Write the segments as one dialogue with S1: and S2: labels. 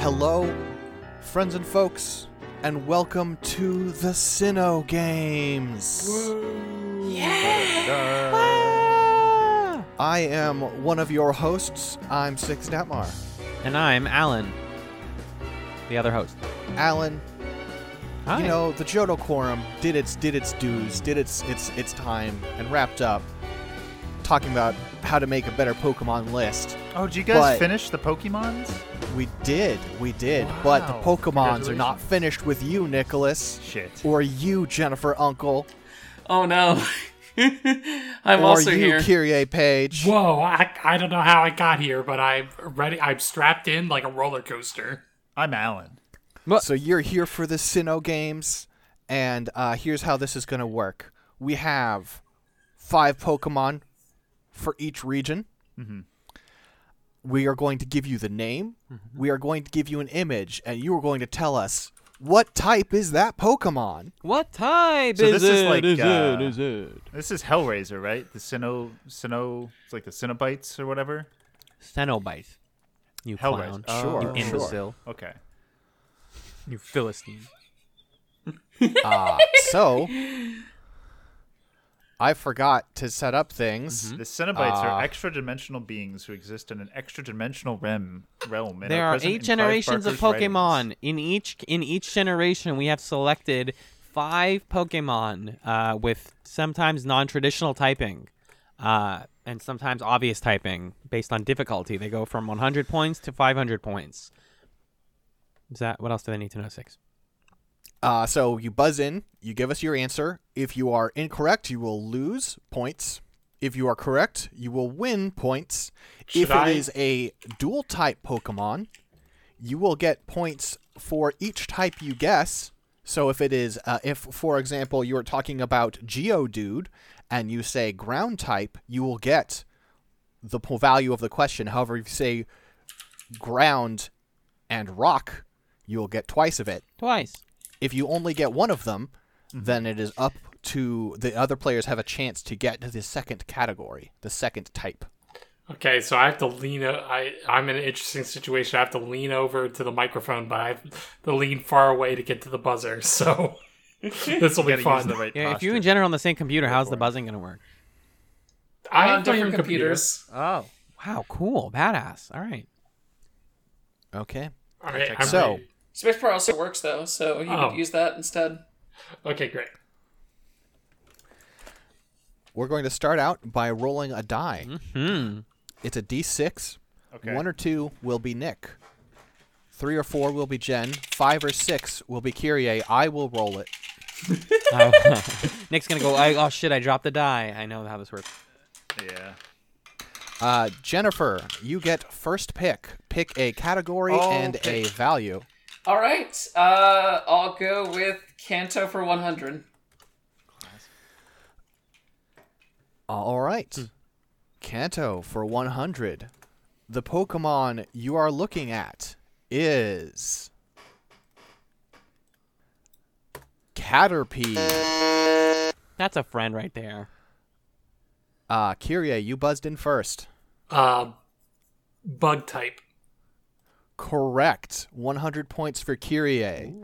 S1: Hello, friends and folks, and welcome to the Sinnoh Games. Ah! I am one of your hosts. I'm Six Datmar.
S2: And I'm Alan, the other host.
S1: Alan,
S2: Hi.
S1: you know the Johto Quorum did its did its dues, did its its its time, and wrapped up talking about how to make a better Pokemon list.
S3: Oh, did you guys
S1: But-
S3: finish the Pokemons?
S1: We did, we did, but the
S3: Wow.
S1: Pokemons are not finished with you, Nicholas,
S3: Shit.
S1: or you, Jennifer Uncle.
S4: Oh no. I'm
S1: or
S4: also
S1: you,
S4: here.
S1: Kyrie Page.
S5: Whoa, I, I don't know how I got here, but I'm ready. I'm strapped in like a roller coaster.
S3: I'm Alan.
S1: So you're here for the Sinnoh games, and uh, here's how this is going to work. We have five Pokemon for each region. Mm-hmm. We are going to give you the name. We are going to give you an image, and you are going to tell us what type is that Pokemon.
S2: What type
S3: So
S2: is
S3: this is
S2: it?
S3: like,
S2: Is
S3: uh,
S2: it? Is it?
S3: This is Hellraiser, right? The Sinnoh, Sinnoh, it's like the Cenobites or whatever.
S2: Cenobites. You clown.
S3: Hellraiser. Oh,
S1: Sure,
S2: you
S1: sure.
S2: imbecile.
S3: Okay.
S2: You philistine.
S1: Ah, so I forgot to set up things.
S3: The Cenobites
S1: Ah.
S2: Uh.
S3: are extra-dimensional beings who exist in an extra-dimensional realm. Realm. and
S2: There are
S3: present in
S2: eight
S3: Clive
S2: generations of
S3: Barker's writings.
S2: Pokemon. In each in each generation, we have selected five Pokemon uh, with sometimes non-traditional typing, uh, and sometimes obvious typing based on difficulty. They go from 100 points to 500 points. Is that what else do they need to know? Six.
S1: Uh, so you buzz in, you give us your answer. If you are incorrect, you will lose points. If you are correct, you will win points. if
S5: Should I-
S1: it is a dual type Pokemon, you will get points for each type you guess. So if it is, uh, if for example you are talking about Geodude and you say ground type, you will get the po- value of the question. However, if you say ground and rock, you will get twice of it
S2: Twice.
S1: if you only get one of them,
S3: Mm-hmm.
S1: then it is up to the other players have a chance to get to the second category, the second type.
S5: Okay, so I have to lean. O- I I'm in an interesting situation. I have to lean over to the microphone, but I have to lean far away to get to the buzzer. So this will
S3: You
S5: be
S3: gotta use
S5: fun.
S3: the right
S2: Yeah, if you
S3: posture.
S2: and Jen are on the same computer, how's the buzzing gonna work?
S5: I have
S4: on
S5: my own
S4: Uh, different
S5: computer.
S4: computers.
S2: Oh, wow, cool, badass. All right.
S1: Okay.
S5: All right, I'm
S1: so
S5: ready.
S4: Space Bar also works though, so you
S5: Oh.
S4: could use that instead.
S5: okay, great.
S1: we're going to start out by rolling a die. It's a D6.
S3: Mm-hmm. Okay.
S1: One or two will be Nick. Three or four will be Jen. Five or six will be Kyrie. I will roll it.
S2: Uh, Nick's gonna go. I, oh shit! I dropped the die. I know how this works.
S3: Yeah.
S1: Uh, Jennifer, you get first pick. Pick a category and
S3: Oh, Okay.
S1: a value.
S4: All right. Uh, I'll go with Kanto for 100.
S1: All right. Kanto for 100. The Pokemon you are looking at is. Caterpie.
S2: That's a friend right there.
S1: Uh, Kyrie, you buzzed in first.
S5: Uh, bug type.
S1: Correct. 100 points for Kyrie.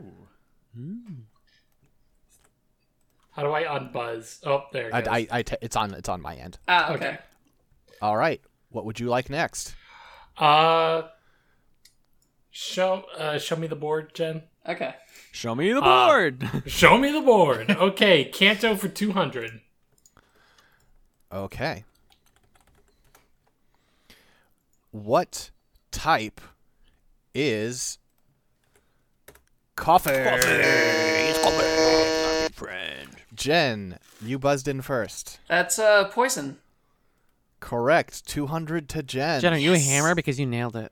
S5: How do I unbuzz? Oh, there. It
S1: I,
S5: goes.
S1: I, I t- it's on it's on my end.
S4: Ah, okay.
S1: All right. What would you like next?
S5: Uh, show uh, show me the board, Jen.
S4: Okay.
S2: Show me the
S5: Uh,
S2: board.
S5: Show me the board. Okay, Kanto for 200.
S1: Okay. What type is coffee? Jen, you buzzed in first.
S4: That's uh, poison.
S1: Correct. 200 to Jen.
S2: Jen, are you a hammer because you nailed it?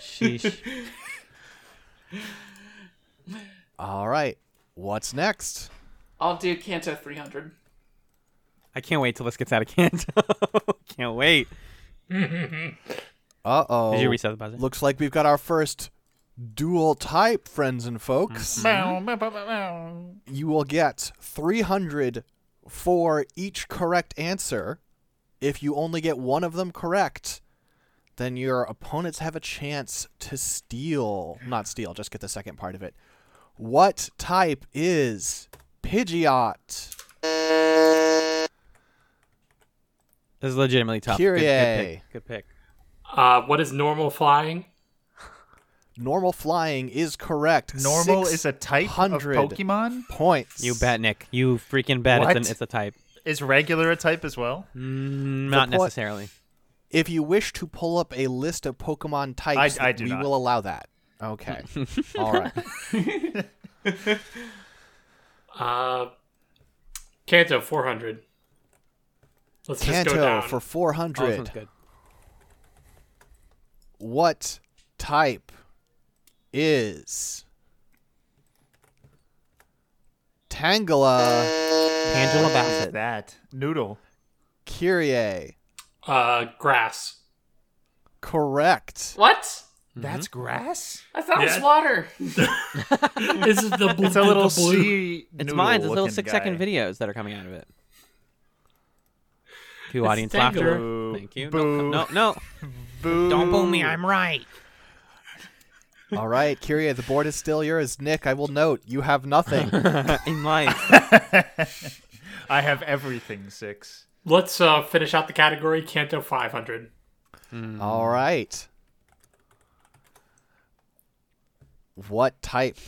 S2: Sheesh.
S1: All right. What's next?
S4: I'll do Kanto 300.
S2: I can't wait till this gets out of Kanto. can't wait.
S1: Uh oh.
S2: Did you reset the buzzer?
S1: Looks like we've got our first dual type, friends and
S2: Hmm.
S1: folks. you will get 300 for each correct answer. If you only get one of them correct, then your opponents have a chance to steal. Not steal, just get the second part of it. What type is Pidgeot?
S2: This is legitimately tough. Good, good
S1: Kyrie.
S2: pick. Good pick.
S5: Uh, what is normal flying?
S1: Normal flying is correct.
S3: Normal is a type of
S1: 600.
S3: Pokemon.
S1: points.
S2: You bet, Nick. You freaking bet. It's,
S3: What?
S2: an, it's a type.
S3: Is regular a type as well?
S2: Mm, not
S1: point-
S2: necessarily.
S1: If you wish to pull up a list of Pokemon types,
S3: I do
S1: we
S3: not.
S1: will allow that. Okay. All right.
S5: Uh, Kanto 400. Let's just
S1: Kanto
S5: go down.
S1: for
S2: Oh, this one's
S1: 400.
S2: good.
S1: what type is Tangela
S2: Angela Bassett.
S3: That noodle.
S1: Kyrie?
S5: Uh, grass.
S1: Correct.
S4: What?
S3: That's grass.
S4: I thought it
S5: Yeah.
S4: was water.
S5: This is the blue.
S3: It's a little
S5: the blue.
S3: sea.
S2: It's
S3: noodle
S2: mine. There's little
S3: looking
S2: six second
S3: guy.
S2: videos that are coming out of it. Cue
S5: It's
S2: audience
S5: singular.
S2: laughter.
S3: Boo.
S2: Thank you.
S3: Boo.
S2: No, no,
S3: Boo.
S2: no. Don't boo me. I'm right.
S1: All right, Kyrie, the board is still yours. Nick, I will note you have nothing.
S2: In life.
S3: I have everything six.
S5: Let's uh, finish out the category Kanto 500.
S1: All right. What type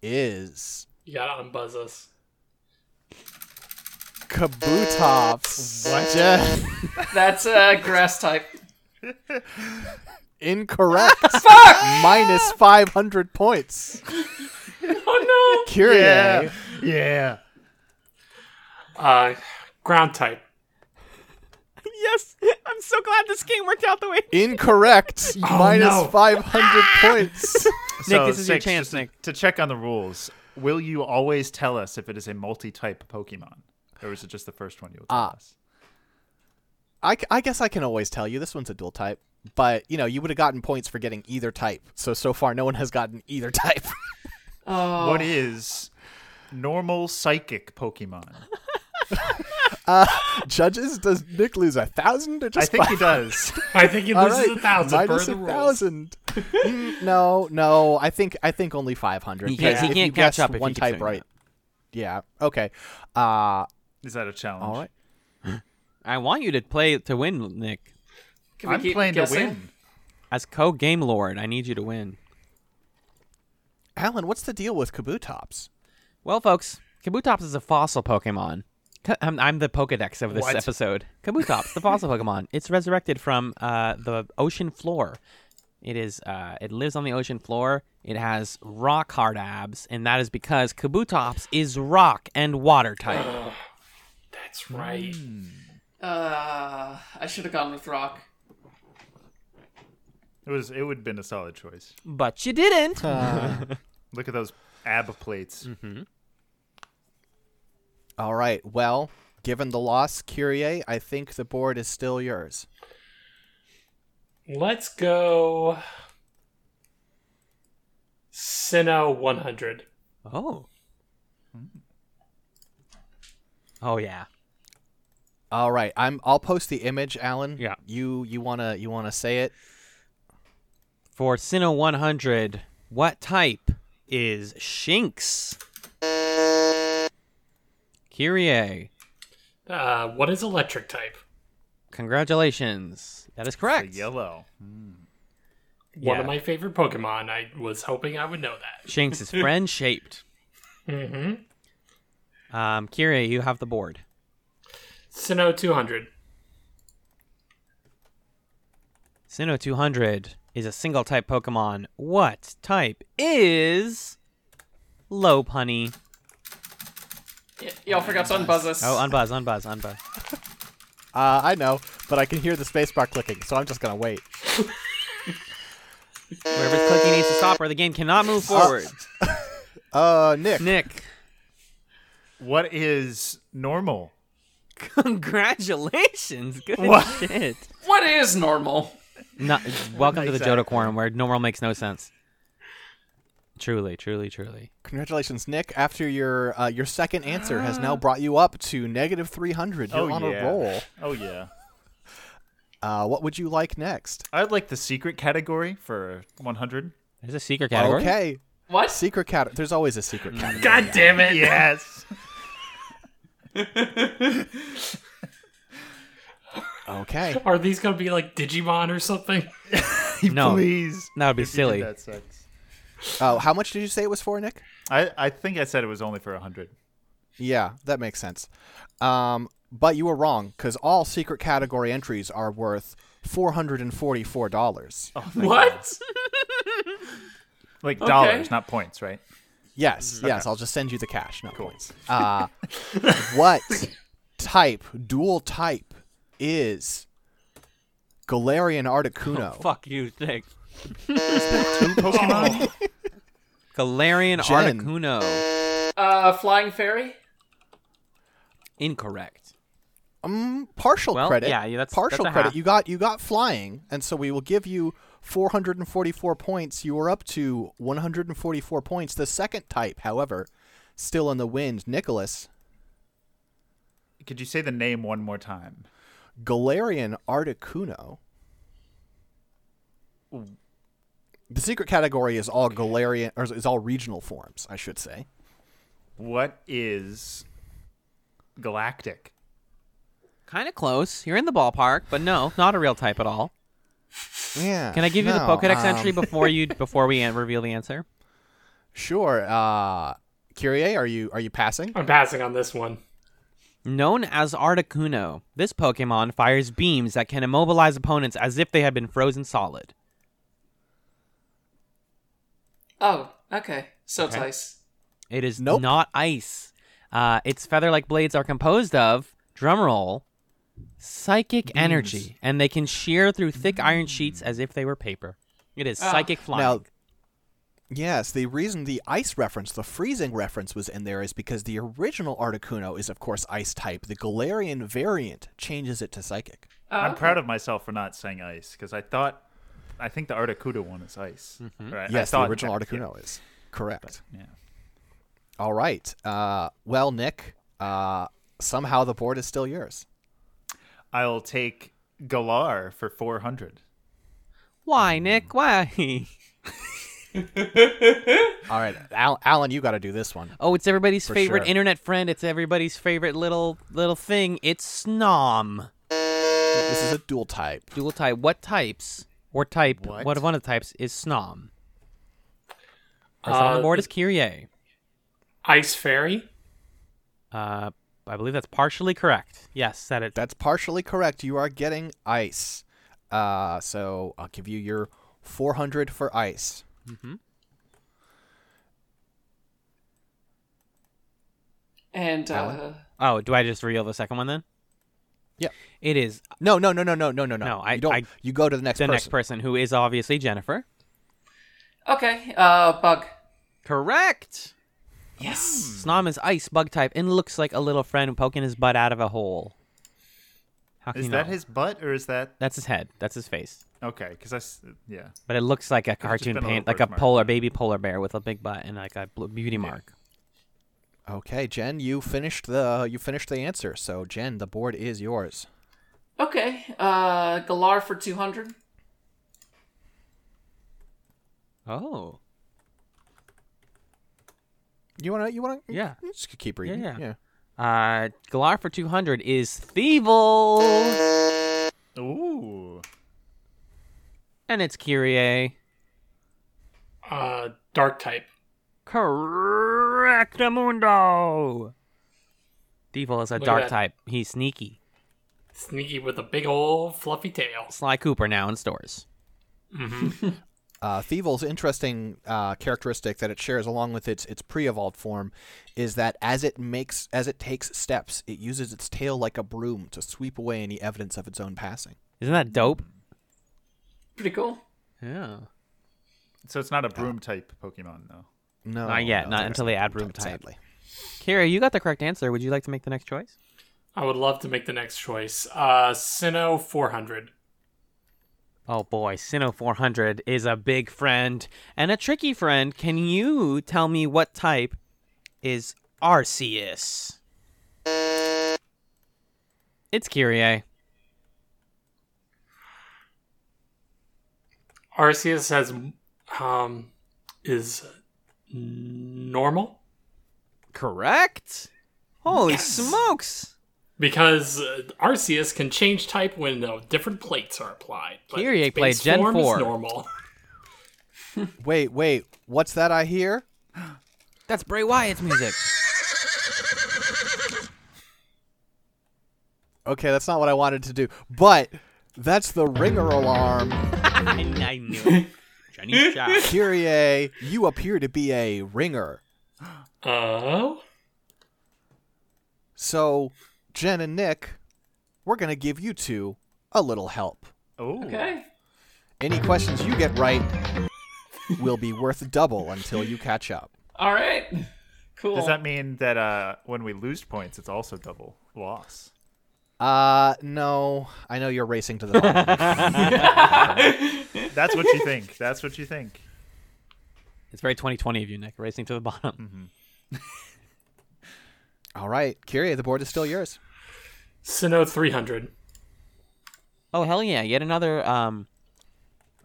S1: is
S5: You gotta unbuzz us.
S1: Kabutops? What?
S4: That's a grass type.
S1: Incorrect. Minus 500 points.
S5: Oh
S1: Kyrie.
S3: Yeah. Yeah.
S5: no! Uh, ground type.
S2: yes. I'm so glad this game worked out the way.
S1: Incorrect. Minus
S5: Oh, no.
S1: 500 points.
S2: Nick,
S3: So,
S2: this is your
S3: Six,
S2: chance,
S3: just
S2: Nick.
S3: To check on the rules, will you always tell us if it is a multi-type Pokemon, or is it just the first one you will tell
S1: Ah.
S3: us?
S1: I, c- I guess I can always tell you this one's a dual type, but you know, you would have gotten points for getting either type. So, so far, no one has gotten either type.
S4: Oh,
S3: What is normal psychic Pokemon?
S1: Judges, does Nick lose a thousand or
S3: I
S1: just
S3: think
S1: five?
S3: he does.
S5: I think he
S1: All
S5: loses
S1: right,
S5: a thousand
S1: minus
S5: per
S1: a
S5: the rules.
S1: thousand. Mm, no, no, I think I think only five hundred.
S2: He can't- he can't catch up if he
S1: one
S2: keeps
S1: type
S2: doing
S1: right. Yeah. Okay. Uh
S3: Is that a challenge?
S1: all right.
S2: I want you to play to win, Nick.
S4: can we
S3: I'm
S4: keep
S3: playing
S4: guessing?
S3: to win.
S2: As co game lord, I need you to win.
S1: Alan, what's the deal with Kabutops?
S2: Well, folks, Kabutops is a fossil Pokemon. Ka- I'm, I'm the Pokedex of this
S3: What?
S2: episode. Kabutops, the fossil Pokemon. It's resurrected from uh, the ocean floor. It is. Uh, it lives on the ocean floor. It has rock hard abs, and that is because Kabutops is rock and water type.
S5: That's right.
S4: Uh, I should have gone with rock.
S3: It was. It would have been a solid choice.
S2: but you didn't.
S3: Look at those ab plates.
S1: Mm-hmm. All right. Well, given the loss, Kyrie, I think the board is still yours.
S5: Let's go. Sinnoh 100.
S2: Oh. Oh yeah.
S1: All right. I'm I'll post the image, Alan.
S2: Yeah.
S1: You you want to you want to say it?
S2: For Sinnoh 100, what type is Shinx? Kyrie.
S5: Uh, what is electric type?
S2: Congratulations. That is
S3: The
S2: correct.
S3: yellow.
S5: One of
S2: Yeah.
S5: my favorite Pokemon. I was hoping I would know that.
S2: Shinx is friend shaped.
S5: Mm-hmm.
S2: Um, Kyrie, you have the board.
S5: Sinnoh 200.
S2: Sinnoh 200 is a single type Pokemon. What type is Lopunny?
S4: Y- y'all forgot to unbuzz us.
S2: Oh, unbuzz, unbuzz, unbuzz.
S1: Uh, I know, but I can hear the spacebar clicking, so I'm just gonna wait.
S2: Whoever's clicking needs to stop or the game cannot move forward.
S1: Uh, Nick.
S2: Nick,
S3: What is normal?
S2: congratulations. Good shit.
S4: what is normal?
S2: No, welcome to the
S3: Exactly.
S2: Jodo Quorum, where normal makes no sense. Truly, truly, truly.
S1: Congratulations, Nick. After your uh, your second answer has now brought you up to negative 300. You're
S3: oh
S1: on
S3: yeah.
S1: a roll.
S3: Oh yeah.
S1: Uh, what would you like next?
S3: I'd like the secret category for 100.
S2: There's a secret category.
S1: Okay,
S4: What?
S1: secret cat. There's always a secret cat.
S5: God damn it!
S3: Yes.
S1: Okay.
S5: Are these gonna be like Digimon or something?
S2: No.
S3: Please.
S2: That would be
S3: If you did,
S2: silly.
S3: That sucks.
S1: Oh, how much did you say it was for, Nick?
S3: I, I think I said it was only for 100.
S1: Yeah, that makes sense. Um, but you were wrong because all secret category entries are worth four hundred and forty-four dollars.
S5: what?
S3: Like dollars, not points, right?
S1: Yes, yes. I'll just send you the cash, not points. Uh, what type, dual type, is Galarian Articuno?
S2: Fuck you, Nick.
S3: Two Pokemon?
S2: Galarian
S1: Jen.
S2: Articuno.
S4: Uh, flying fairy?
S2: Incorrect.
S1: Um, partial
S2: Well,
S1: credit.
S2: yeah, yeah, that's-
S1: partial
S2: that's a
S1: credit.
S2: half.
S1: You got you got flying, and so we will give you 444 points. You are up to 144 points. The second type, however, still in the wind. Nicholas
S3: Could you say the name one more time?
S1: Galarian Articuno. The secret category is all Galarian, or is all regional forms, I should say.
S3: What is galactic?
S2: Kind of close. You're in the ballpark, but no, not a real type at all.
S1: Yeah.
S2: Can I give you the
S1: no,
S2: Pokedex
S1: um,
S2: entry before you before we an- reveal the answer?
S1: Sure. Uh, Kyrie, are you are you passing?
S5: I'm passing on this one.
S2: Known as Articuno, this Pokemon fires beams that can immobilize opponents as if they had been frozen solid.
S4: Oh, okay. So it's ice.
S2: It is
S1: Nope.
S2: not ice. Uh, its feather-like blades are composed of drumroll, psychic energy, and they can shear through thick iron sheets as if they were paper. It is psychic flying.
S1: Ah. Now, yes, the reason the ice reference, the freezing reference, was in there is because the original Articuno is, of course, ice type. The Galarian variant changes it to psychic.
S4: Oh,
S3: I'm
S4: okay.
S3: proud of myself for not saying ice because I thought, I think the Articuno one is ice.
S2: Mm-hmm.
S3: Or I- I
S1: Yes,
S3: thought
S1: the original
S3: that- yeah.
S1: Articuno is correct.
S3: Yeah.
S1: All right. Uh, well, Nick, uh, somehow the board is still yours.
S3: I'll take Galar for 400.
S2: Why, Nick? Why?
S1: All right, Al- Alan, you got to do this one.
S2: Oh, it's everybody's favorite
S1: sure.
S2: internet friend. It's everybody's favorite little little thing. It's Snom.
S1: This is a dual type.
S2: Dual type. What types or type?
S3: What?
S2: What, one of the types is Snom? First on
S5: Uh,
S2: the board is Kyrie.
S5: Ice fairy.
S2: Uh, I believe that's partially correct. Yes, that it.
S1: That's partially correct. You are getting ice. Uh, so I'll give you your 400 for ice.
S4: And, uh,
S2: Oh, do I just reveal the second one then?
S1: Yeah.
S2: It is
S1: No, no, no, no, no, no, no,
S2: No, I-
S1: you don't.
S2: I-
S1: you go to the next
S2: the
S1: person.
S2: next person who is obviously Jennifer.
S4: okay. Uh, bug.
S2: Correct.
S4: Yes.
S2: Snom is ice bug type and looks like a little friend poking his butt out of a hole. How can
S3: Is
S2: you
S3: that
S2: not?
S3: his butt or is that
S2: That's his head. That's his face.
S3: okay? Because I s- yeah.
S2: But it looks like a cartoon
S3: been a
S2: paint,
S3: little
S2: like a
S3: birthmark.
S2: polar baby polar bear with a big butt and like a blue beauty mark.
S1: Okay, Jen, you finished the you finished the answer. So Jen, the board is yours.
S4: Hmm. Okay. Uh, Galar for 200.
S2: Oh,
S1: You wanna you wanna
S2: Yeah.
S1: you just keep reading.
S2: yeah. uh, Galar for two hundred is Thievel,
S3: Ooh.
S2: and it's Kyrie.
S5: Uh, dark type.
S2: Correct, Amundo. Thievel is a
S5: Look at
S2: dark
S5: that.
S2: type. He's sneaky.
S5: Sneaky with a big old fluffy tail.
S2: Sly Cooper now in stores.
S1: Uh, Thievel's interesting uh, characteristic that it shares along with its its pre-evolved form is that as it makes as it takes steps, it uses its tail like a broom to sweep away any evidence of its own passing.
S2: Isn't that dope?
S4: Pretty cool.
S2: Yeah.
S3: So it's not a broom type Pokemon though.
S1: No,
S2: Not yet,
S1: no,
S2: not
S1: there's
S2: until they
S1: no
S2: add room type.
S1: Sadly.
S2: Kira, you got the correct answer. Would you like to make the next choice?
S5: I would love to make the next choice. Uh, Sinnoh 400.
S2: Oh boy, Sinnoh 400 is a big friend and a tricky friend. Can you tell me what type is Arceus? It's Kyrie.
S5: Arceus has um is normal
S2: Correct. Holy smokes!
S5: because uh, Arceus can change type when uh, different plates are applied. but
S2: Kyrie
S5: its
S2: played
S5: base
S2: Gen
S5: form
S2: 4.
S5: Is normal.
S1: Wait, wait. What's that I hear?
S2: That's Bray Wyatt's music.
S1: Okay, that's not what I wanted to do. But that's the ringer alarm.
S2: I, I knew. it. Jenny shot.
S1: Kyrie, you appear to be a ringer.
S5: Oh,
S1: So, Jen and Nick, we're going to give you two a little help.
S3: Oh,
S4: Okay.
S1: Any questions you get right will be worth double until you catch up.
S4: All right. Cool.
S3: Does that mean that uh, when we lose points, it's also double loss?
S1: Uh, no, I know you're racing to the bottom.
S3: That's what you think. That's what you think.
S2: It's very 2020 of you, Nick, racing to the bottom.
S1: All right, Kyrie, the board is still yours.
S5: Sinnoh three hundred.
S2: Oh hell yeah! Yet another um,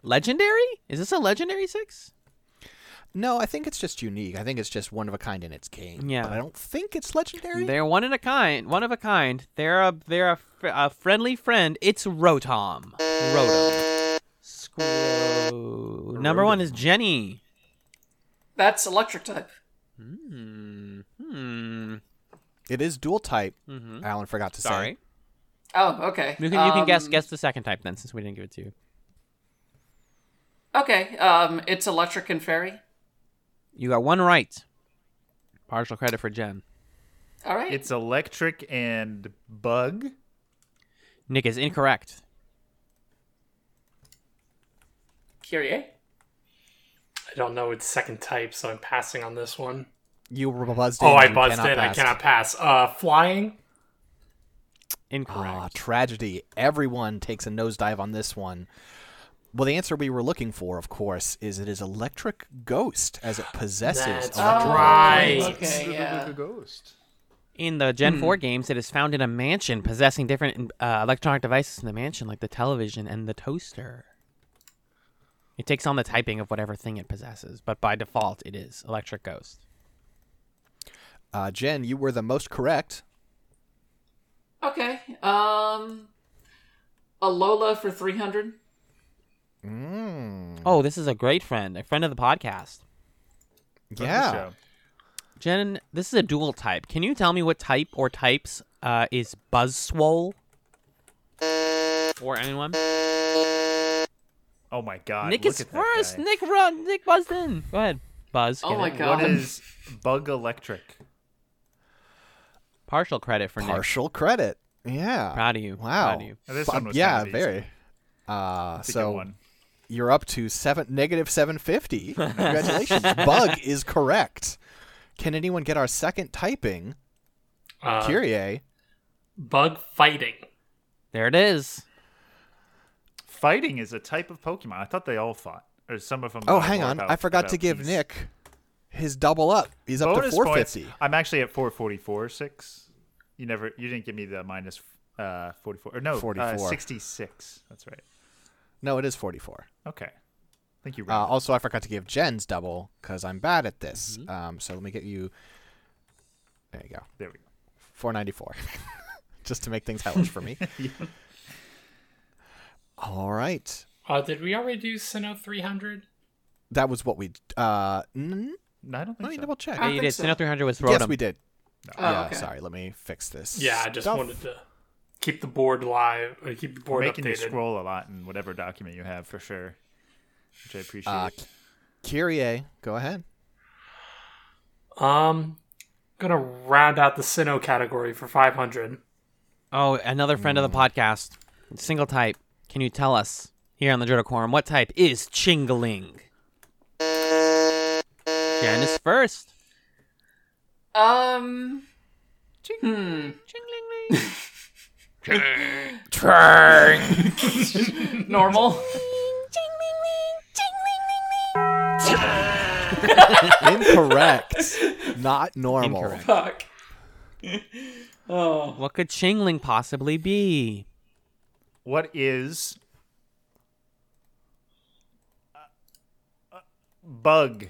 S2: legendary. Is this a legendary six?
S1: No, I think it's just unique. I think it's just one of a kind in its game.
S2: Yeah.
S1: But I don't think it's legendary.
S2: They're one in a kind. One of a kind. They're a they're a, fr- a friendly friend. It's Rotom. Rotom. Scro- Number one is Jenny.
S4: That's electric type.
S2: Hmm.
S1: It is dual type. Alan forgot to
S2: Mm-hmm. Sorry.
S1: say.
S4: Oh, okay.
S2: You can you can guess
S4: Um,
S2: guess the second type then, since we didn't give it to you.
S4: Okay. Um, it's electric and fairy.
S2: You got one right. Partial credit for Jen.
S4: All right.
S3: It's electric and bug.
S2: Nick is incorrect.
S4: Kyrie.
S5: I don't know its second type, so I'm passing on this one.
S1: You were buzzed in.
S5: Oh, I
S1: you
S5: buzzed
S1: cannot
S5: it. I
S1: pass.
S5: cannot pass. Uh, flying.
S1: Ah,
S2: Incorrect.
S1: tragedy. Everyone takes a nosedive on this one. Well, the answer we were looking for, of course, is it is electric ghost as it possesses
S5: That's
S1: electrical
S5: right.
S1: powers.
S4: Oh. Okay. Yeah.
S3: Ghost.
S2: In the Gen 4 games, it is found in a mansion possessing different uh, electronic devices in the mansion, like the television and the toaster. It takes on the typing of whatever thing it possesses, but by default, it is Electric Ghost.
S1: Uh, Jen, you were the most correct.
S4: Okay. Um, Alola for three hundred.
S2: Oh, this is a great friend, a friend of the podcast.
S1: Yeah.
S2: Jen, this is a dual type. Can you tell me what type or types uh, is Buzzswole? Or anyone?
S3: Oh my god.
S2: Nick
S3: look
S2: is
S3: at that
S2: first.
S3: guy.
S2: Nick run. Nick buzzed in. Go ahead. Buzz.
S4: Oh
S2: get
S4: my
S2: it.
S4: god.
S3: What is bug electric?
S2: Partial credit for Nick.
S1: Partial credit. Yeah.
S2: Proud of you.
S1: Wow.
S2: Proud of you.
S3: Now, this
S1: Bu-
S3: one was
S1: yeah,
S3: kind of easy.
S1: very. Uh,
S3: It's a
S1: so
S3: good one.
S1: you're up to seven negative seven fifty. Congratulations. Bug is correct. Can anyone get our second typing?
S5: Uh,
S1: Kyrie.
S5: Bug fighting.
S2: There it is.
S3: Fighting is a type of Pokemon. I thought they all fought, or some of them.
S1: Oh,
S3: know
S1: hang
S3: more
S1: on.
S3: about-
S1: I forgot to
S3: about
S1: give
S3: these.
S1: Nick his double up. He's up
S3: bonus
S1: to
S3: points.
S1: 450.
S3: I'm actually at 444 six. You never, you didn't give me the minus uh 44 or no 44.
S1: 44.
S3: 66. That's right.
S1: No, it is 44.
S3: Okay, I think you.
S1: Uh,
S3: rounded.
S1: also, I forgot to give Jen's double because I'm bad at this.
S3: Mm-hmm.
S1: Um, so let me get you. There you go.
S3: there we go.
S1: 494. Just to make things hellish for me. All right.
S5: Uh, did we already do Sinnoh three hundred?
S1: That was what we. Uh, n-
S3: No, I don't
S1: let
S3: think
S1: me
S3: so.
S1: double check.
S2: Yeah,
S4: I
S2: you
S4: think
S2: did.
S4: so.
S2: Sinnoh 300 was Rotom.
S1: yes, we did.
S4: Ah. Oh,
S1: yeah,
S4: okay.
S1: sorry. Let me fix this.
S5: Yeah, I just
S1: stuff.
S5: wanted to keep the board live, or keep the board
S3: Making you
S5: updated.
S3: scroll a lot in whatever document you have for sure, which I appreciate.
S1: Uh, Kyrie, go ahead.
S5: Um, gonna round out the Sinnoh category for five hundred.
S2: Oh, another friend of the podcast. Single type. Can you tell us here on the Jodocorum what type is Chingling? Jen is first.
S4: Um. Hmm. Normal.
S1: Incorrect. Not normal.
S2: Incorrect.
S4: Fuck. oh.
S2: What could Chingling possibly be?
S3: what is uh, Bug.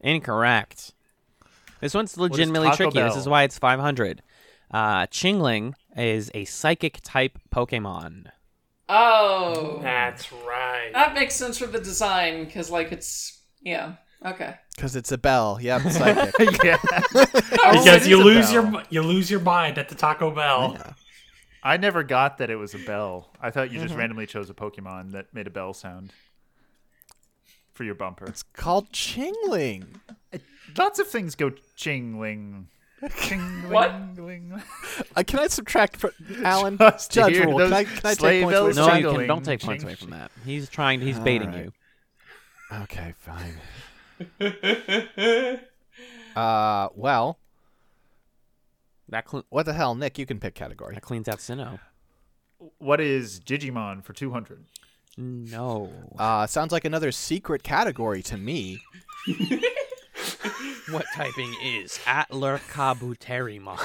S2: Incorrect. This one's legitimately
S3: Taco
S2: tricky. This is
S3: Bell?
S2: why it's 500. Uh, Chingling is a psychic type Pokemon.
S4: Oh,
S5: That's right.
S4: that makes sense for the design because, like, it's yeah. Okay.
S1: because it's a bell. Yep, psychic.
S3: yeah. it
S5: Because
S3: is
S5: you
S3: a
S5: lose
S3: bell.
S5: your you lose your mind at the Taco Bell.
S3: I never got that it was a bell. I thought you just randomly chose a Pokemon that made a bell sound for your bumper.
S1: it's called Chingling.
S3: Lots of things go chingling. Chingling.
S4: What?
S3: ling.
S1: Uh, can I subtract for Alan?
S3: Just to
S1: Judge
S3: hear
S1: rule. Can
S3: those
S1: I, can I
S3: sleigh
S1: take points away
S3: bells
S2: No,
S1: from
S2: you can,
S3: Jingling.
S2: don't take points away from that. He's trying. He's baiting
S1: Alright.
S2: you.
S1: that? Okay, fine. uh, well,
S2: That, cle
S1: what the hell, Nick? You can pick category.
S2: that cleans out Sinnoh.
S3: What is Digimon for 200?
S2: No.
S1: Uh, sounds like another secret category to me.
S2: what typing is Atler Kabuterimon?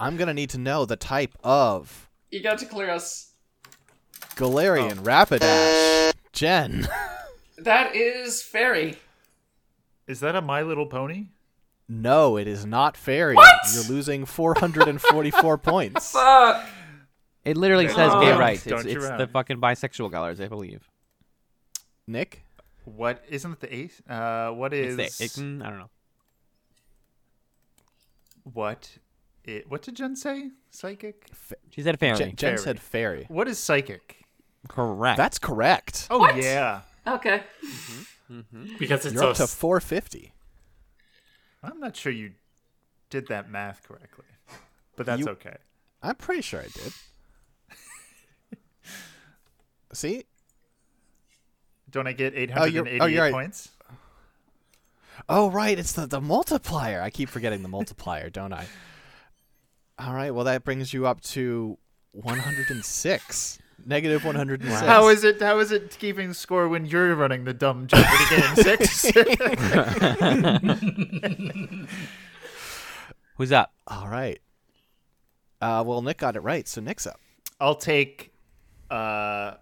S1: I'm gonna need to know the type of
S4: You got to clear us.
S1: Galarian
S3: Oh.
S1: Rapidash. Jen.
S4: That is fairy.
S3: Is that a My Little Pony?
S1: No, it is not fairy. You're losing 444 points.
S5: Uh,
S4: Fuck.
S2: it literally says gay
S3: Don't-
S2: rights.
S3: don't
S2: It's,
S3: you
S2: it's the
S3: round.
S2: fucking bisexual colors, I believe.
S1: Nick.
S3: What isn't it the eighth? Uh, what
S2: It's
S3: is
S2: the, it, mm, I don't know.
S3: what? It, what did Jen say? Psychic.
S2: She said fairy.
S1: Jen, Jen
S3: Fairy.
S1: said fairy.
S3: What is psychic?
S2: Correct.
S1: That's correct.
S3: Oh yeah,
S4: Okay.
S5: Because it's
S1: You're
S5: a
S1: up to 450.
S3: I'm not sure you did that math correctly, but that's
S1: You-
S3: okay.
S1: I'm pretty sure I did. See?
S3: Don't I get
S1: Oh, you're-
S3: 888
S1: oh, you're right.
S3: points?
S1: Oh, right. It's the, the multiplier. I keep forgetting the multiplier, don't I? All right. Well, that brings you up to 106. Negative 106.
S3: How is it? How is it keeping score when you're running the dumb Jeopardy game six?
S2: Who's up?
S1: All right. Uh, well, Nick got it right, so Nick's up.
S3: I'll take uh,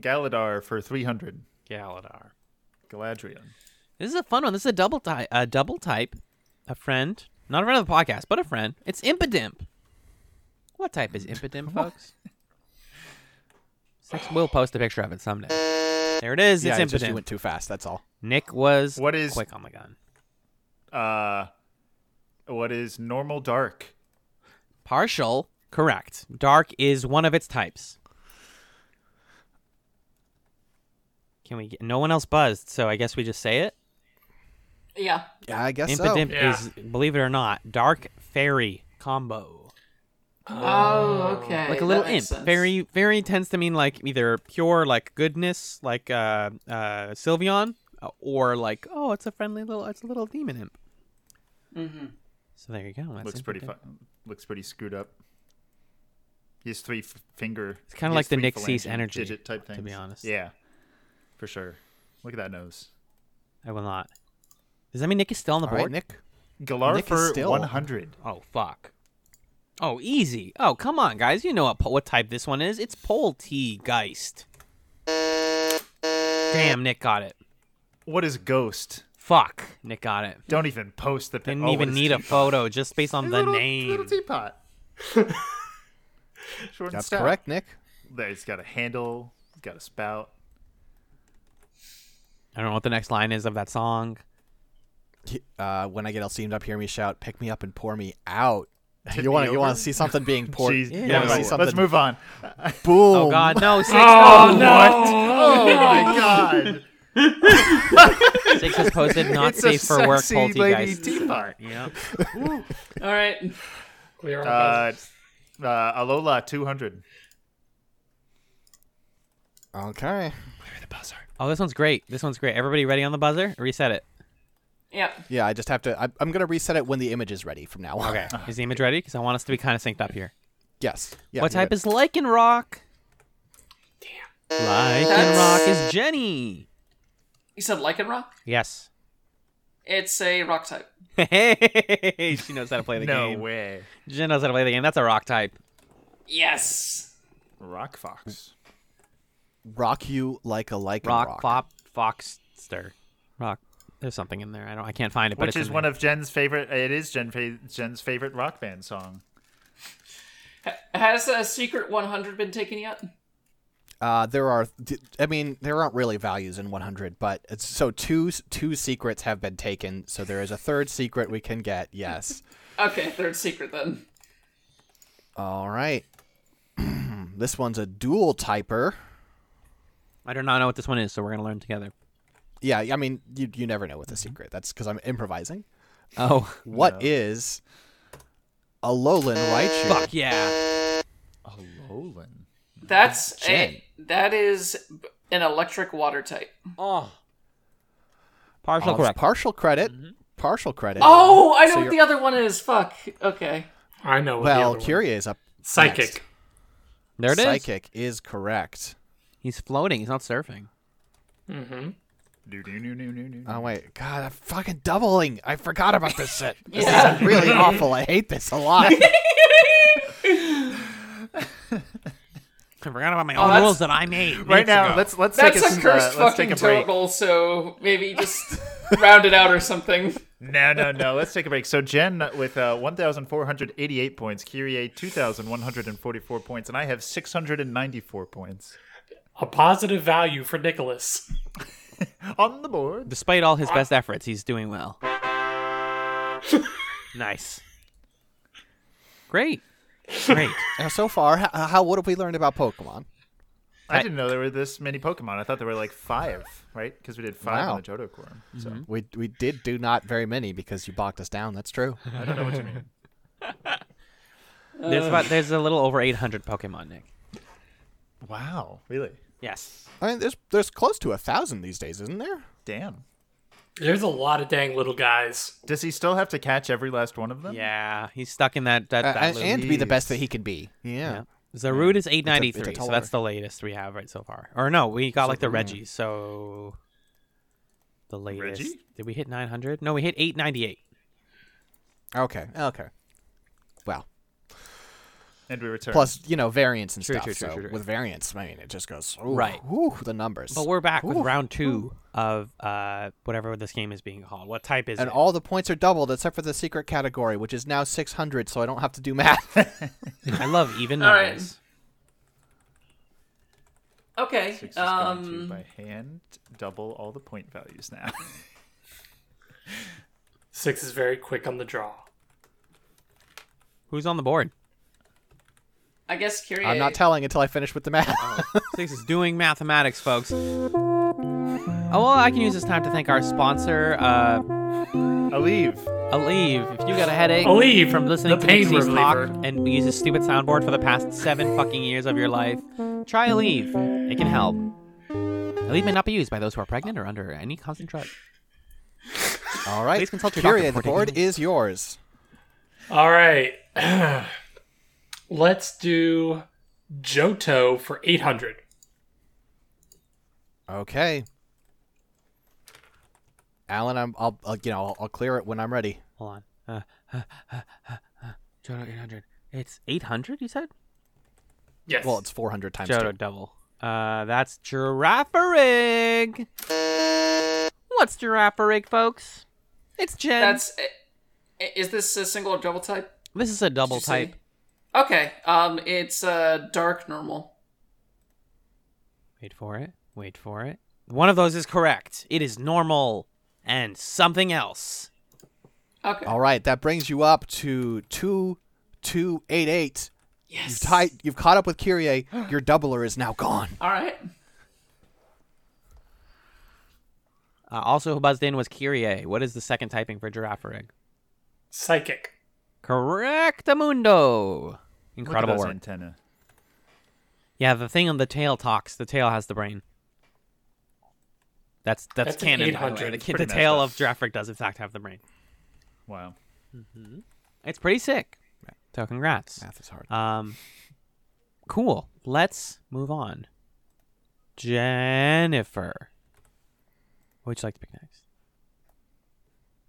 S3: Galadar for 300.
S2: Galadar.
S3: Galadriel.
S2: This is a fun one. This is a double type. A double type. A friend, not a friend of the podcast, but a friend. It's impidimp. What type is impidimp, folks? Six. We'll post a picture of it someday. There it is.
S1: yeah,
S2: It's
S1: it just you
S2: impidimp.
S1: went too fast. That's all.
S2: Nick was
S3: What is-
S2: quick Oh on the gun.
S3: Uh, what is normal dark?
S2: Partial. Correct. Dark is one of its types. Can we get no one else buzzed? So I guess we just say it.
S4: Yeah.
S1: Yeah, I guess
S2: Impidimp
S1: so.
S5: Yeah.
S2: is, believe it or not, dark fairy combo.
S4: Oh, okay.
S2: like a
S4: that
S2: little imp.
S4: makes sense.
S2: Fairy, fairy tends to mean like either pure like goodness, like uh, uh, Sylveon, uh, or like oh, it's a friendly little, it's a little demon imp. Mm-hmm.
S4: Mm-hmm.
S2: So there you go. That's
S3: looks
S2: imp
S3: pretty
S2: ident-
S3: fun. Looks pretty screwed up. He has three f- finger. It's
S2: kinda like the Nick Cease energy,
S3: digit type
S2: to
S3: things.
S2: be honest.
S3: Yeah, for sure. Look at that nose.
S2: I will not. Does that mean Nick is still on the
S1: All right,
S2: board?
S1: Nick.
S3: Galar
S1: Nick is
S3: for
S1: still-
S3: 100.
S2: Oh fuck. Oh easy. Oh come on, guys. You know what, po- what type this one is? It's pole tea geist. Damn, Nick got it.
S3: What is ghost?
S2: Fuck, Nick got it.
S3: Don't even post the. pic-
S2: Didn't
S3: Oh, what
S2: even
S3: is
S2: need a
S3: teapot?
S2: photo just based on the
S3: little,
S2: name.
S3: Little teapot. Short and
S1: That's
S3: stout.
S1: correct, Nick.
S3: There, it's got a handle. It's got a spout.
S2: I don't know what the next line is of that song.
S1: Uh, when I get all steamed up, hear me shout, "Pick me up and pour me out."
S3: Tip
S1: you want
S3: me
S1: to you want
S3: over?
S1: to see something being poured?
S3: Jeez.
S1: You
S3: Yeah,
S1: want to see
S3: but
S1: something?
S3: let's move on.
S1: Boom!
S2: Oh God, no! Six,
S5: Oh
S3: Oh my god!
S2: six is posted not
S3: it's a
S2: safe for work.
S3: sexy
S2: Polty
S3: lady
S2: guys.
S3: teapot.
S2: yeah.
S4: All right.
S5: Clear our
S3: Uh,
S5: buzzers.
S3: uh, Alola 200.
S1: Okay.
S2: Oh, this one's great. This one's great. Everybody ready on the buzzer? Reset it.
S4: Yeah.
S1: Yeah, I just have to. I, I'm gonna reset it when the image is ready from now on. Okay.
S2: Is the image ready? Because I want us to be kind of synced up here.
S1: yes. Yeah,
S2: what
S1: you're
S2: type
S1: good.
S2: is Lycanroc? Damn. Lycanroc is Jenny.
S4: You said lichen rock.
S2: Yes.
S4: It's a rock type.
S2: Hey, she knows how to play the
S3: No
S2: game.
S3: way.
S2: Jen knows how to play the game. That's a rock type.
S4: Yes.
S3: Rock Fox.
S1: rock you like a like
S2: Rock,
S1: rock.
S2: pop, fox, monster. Rock. There's something in there. I don't. I can't find it. but
S3: which
S2: it's
S3: is
S2: in
S3: one
S2: there.
S3: of Jen's favorite. It is Jen fa- Jen's favorite rock band song.
S4: Has a secret 100 been taken yet?
S1: Uh, there are, d- I mean, there aren't really values in 100, but it's, so two two secrets have been taken. So there is a third secret we can get. Yes.
S4: Okay, third secret then.
S1: All right. this one's a dual typer.
S2: I do not know what this one is, so we're gonna learn together.
S1: Yeah, I mean, you you never know with
S2: Mm-hmm.
S1: a secret. That's because I'm improvising.
S2: Oh,
S1: What is a lowland Raichu?
S2: fuck yeah!
S3: Alolan.
S4: That's
S1: Jen.
S4: a that is b- an electric water type.
S2: Oh, partial
S1: Oh, it's
S2: correct.
S1: partial credit.
S5: Mm-hmm.
S1: Partial credit.
S4: Oh, I know
S1: So
S4: what the other one is. Fuck. Okay.
S5: I know. What the
S1: Well,
S5: other one-
S1: Kyrie is up. next.
S5: Psychic.
S2: there it is.
S1: Psychic is correct.
S2: He's floating. He's not surfing.
S1: Oh wait, God, I'm fucking doubling. I forgot about this shit. This is really awful. I hate this a lot.
S2: I forgot about my
S4: own
S2: own
S4: that's- rules
S2: Oh, rules that I made.
S3: Right now, let's let's
S4: That's
S3: take a,
S4: a cursed
S3: uh, let's
S4: fucking
S3: take a break.
S4: toggle, so maybe just round it out or something.
S3: No, no, no. Let's take a break. So Jen with uh, 1,488 points, Kyrie 2,144 points, and I have 694 points
S5: A positive value for Nicholas.
S3: on the board.
S2: Despite all his best efforts, he's doing well. nice. Great. Great.
S1: Now, so far, h- how what have we learned about Pokemon?
S3: I didn't know there were this many Pokemon. I thought there were like five, right? Because we did five
S1: Wow.
S3: on the Johto Quorum. So
S1: We we did do not very many because you bogged us down. That's true.
S3: I don't know what you mean.
S2: There's about there's a little over 800 Pokemon, Nick.
S3: Wow, really?
S2: Yes.
S1: I mean, there's there's close to a thousand these days, isn't there?
S3: Damn.
S5: There's a lot of dang little guys.
S3: Does he still have to catch every last one of them?
S2: Yeah, he's stuck in that that,
S1: Uh,
S2: that
S1: and,
S2: loop.
S1: and be the best that he can be. Yeah.
S2: Yeah. Zarud is 893, so
S1: taller.
S2: that's the latest we have right so far. Or no, we got like the Reggie, so the latest.
S3: Reggie?
S2: Did we hit 900? No, we hit 898.
S1: Okay. Okay. Well,
S3: And we return.
S1: plus you know variants and stuff.
S2: true, true,
S1: so
S2: true, true.
S1: with variants, I mean, it just goes ooh,
S2: Right.
S1: Ooh, the numbers.
S2: But we're back with
S1: Ooh.
S2: round 2 of uh whatever this game is being called. What type is
S1: and
S2: it?
S1: all the points are doubled except for the secret category, which is now 600. So I don't have to do math.
S2: I love even
S4: All right.
S2: numbers.
S4: Okay.
S3: Six is going to
S4: Um,
S3: by hand double all the point values now.
S5: Six is very quick on the draw.
S2: Who's on the board?
S4: I guess Kyrie.
S1: I'm not telling until I finish with the math.
S2: Six is doing mathematics, folks. Oh, well, I can use this time to thank our sponsor, uh,
S3: Aleve.
S2: Aleve. If you got a headache
S5: Aleve,
S2: from listening
S5: the
S2: to
S5: pain
S2: Dixie's
S5: reliever.
S2: talk and use a stupid soundboard for the past seven fucking years of your life, try Aleve. It can help. Aleve may not be used by those who are pregnant or under any constant drug.
S1: All right.
S2: Please consult your doctor
S1: Kyrie, the
S2: before
S1: board
S2: taking
S1: is yours.
S5: All right. Let's do Johto for 800.
S1: Okay. Alan, I'm, I'll, I'll you know I'll, I'll clear it when I'm ready.
S2: Hold on. Uh, uh, uh, uh, uh, Johto 800. It's 800, you said?
S5: Yes.
S1: Well, it's 400 times two.
S2: Johto double. Uh, that's Giraffarig. What's Giraffarig, folks? It's Jen.
S4: That's. i- Is this a single or double type?
S2: This is a double
S4: Did you
S2: type.
S4: say- Okay. Um, it's uh dark normal.
S2: Wait for it. Wait for it. One of those is correct. It is normal and something else.
S4: Okay.
S1: All right, that brings you up to two, two, eight, eight.
S4: yes.
S1: You've tied. You've caught up with Kyrie. Your doubler is now gone.
S4: All right.
S2: Uh, also, who buzzed in was Kyrie. What is the second typing for giraffe rig?
S5: Psychic.
S2: Correct, Amundo.
S3: Look at
S2: Incredible
S3: those
S2: work.
S3: antenna.
S2: Yeah, the thing on the tail talks. The tail has the brain. That's that's,
S5: That's an
S2: canon. by the way.
S5: 800.
S2: The,
S5: It's
S2: ki-
S3: pretty
S2: the tail
S3: messed up.
S2: of giraffe rig does in fact have the brain.
S3: Wow.
S2: It's pretty sick. So congrats.
S1: Math is hard.
S2: Um, cool. Let's move on. Jennifer, what would you like to pick next?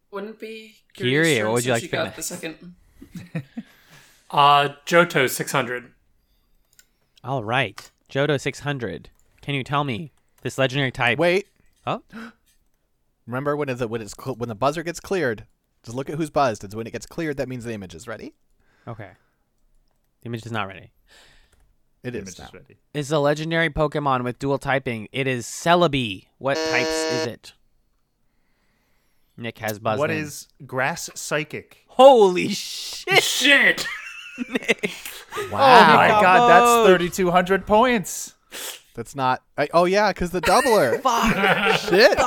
S4: Wouldn't be
S2: Kyrie,
S4: Kyrie's turn
S2: what would you like
S4: since
S2: to
S4: you
S2: pick
S4: got
S2: next?
S4: The second.
S5: Uh, Johto 600.
S2: All right, Jodo six hundred. Can you tell me this legendary type?
S1: Wait.
S2: Oh,
S1: Remember when the when it's cl- when the buzzer gets cleared, just look at who's buzzed. It's when it gets cleared that means the image is ready.
S2: Okay. The image is not ready.
S1: It
S3: The
S1: is
S3: image
S1: now.
S3: is ready.
S2: It's a legendary Pokemon with dual typing. It is Celebi. What types is it? Nick has buzzed.
S3: What
S2: in.
S3: is grass psychic?
S2: Holy shit!
S5: Shit!
S3: Oh my
S2: Wow.
S3: god, that's
S2: Both.
S3: 3200 points.
S1: That's not. I, oh yeah, because the doubler. Shit.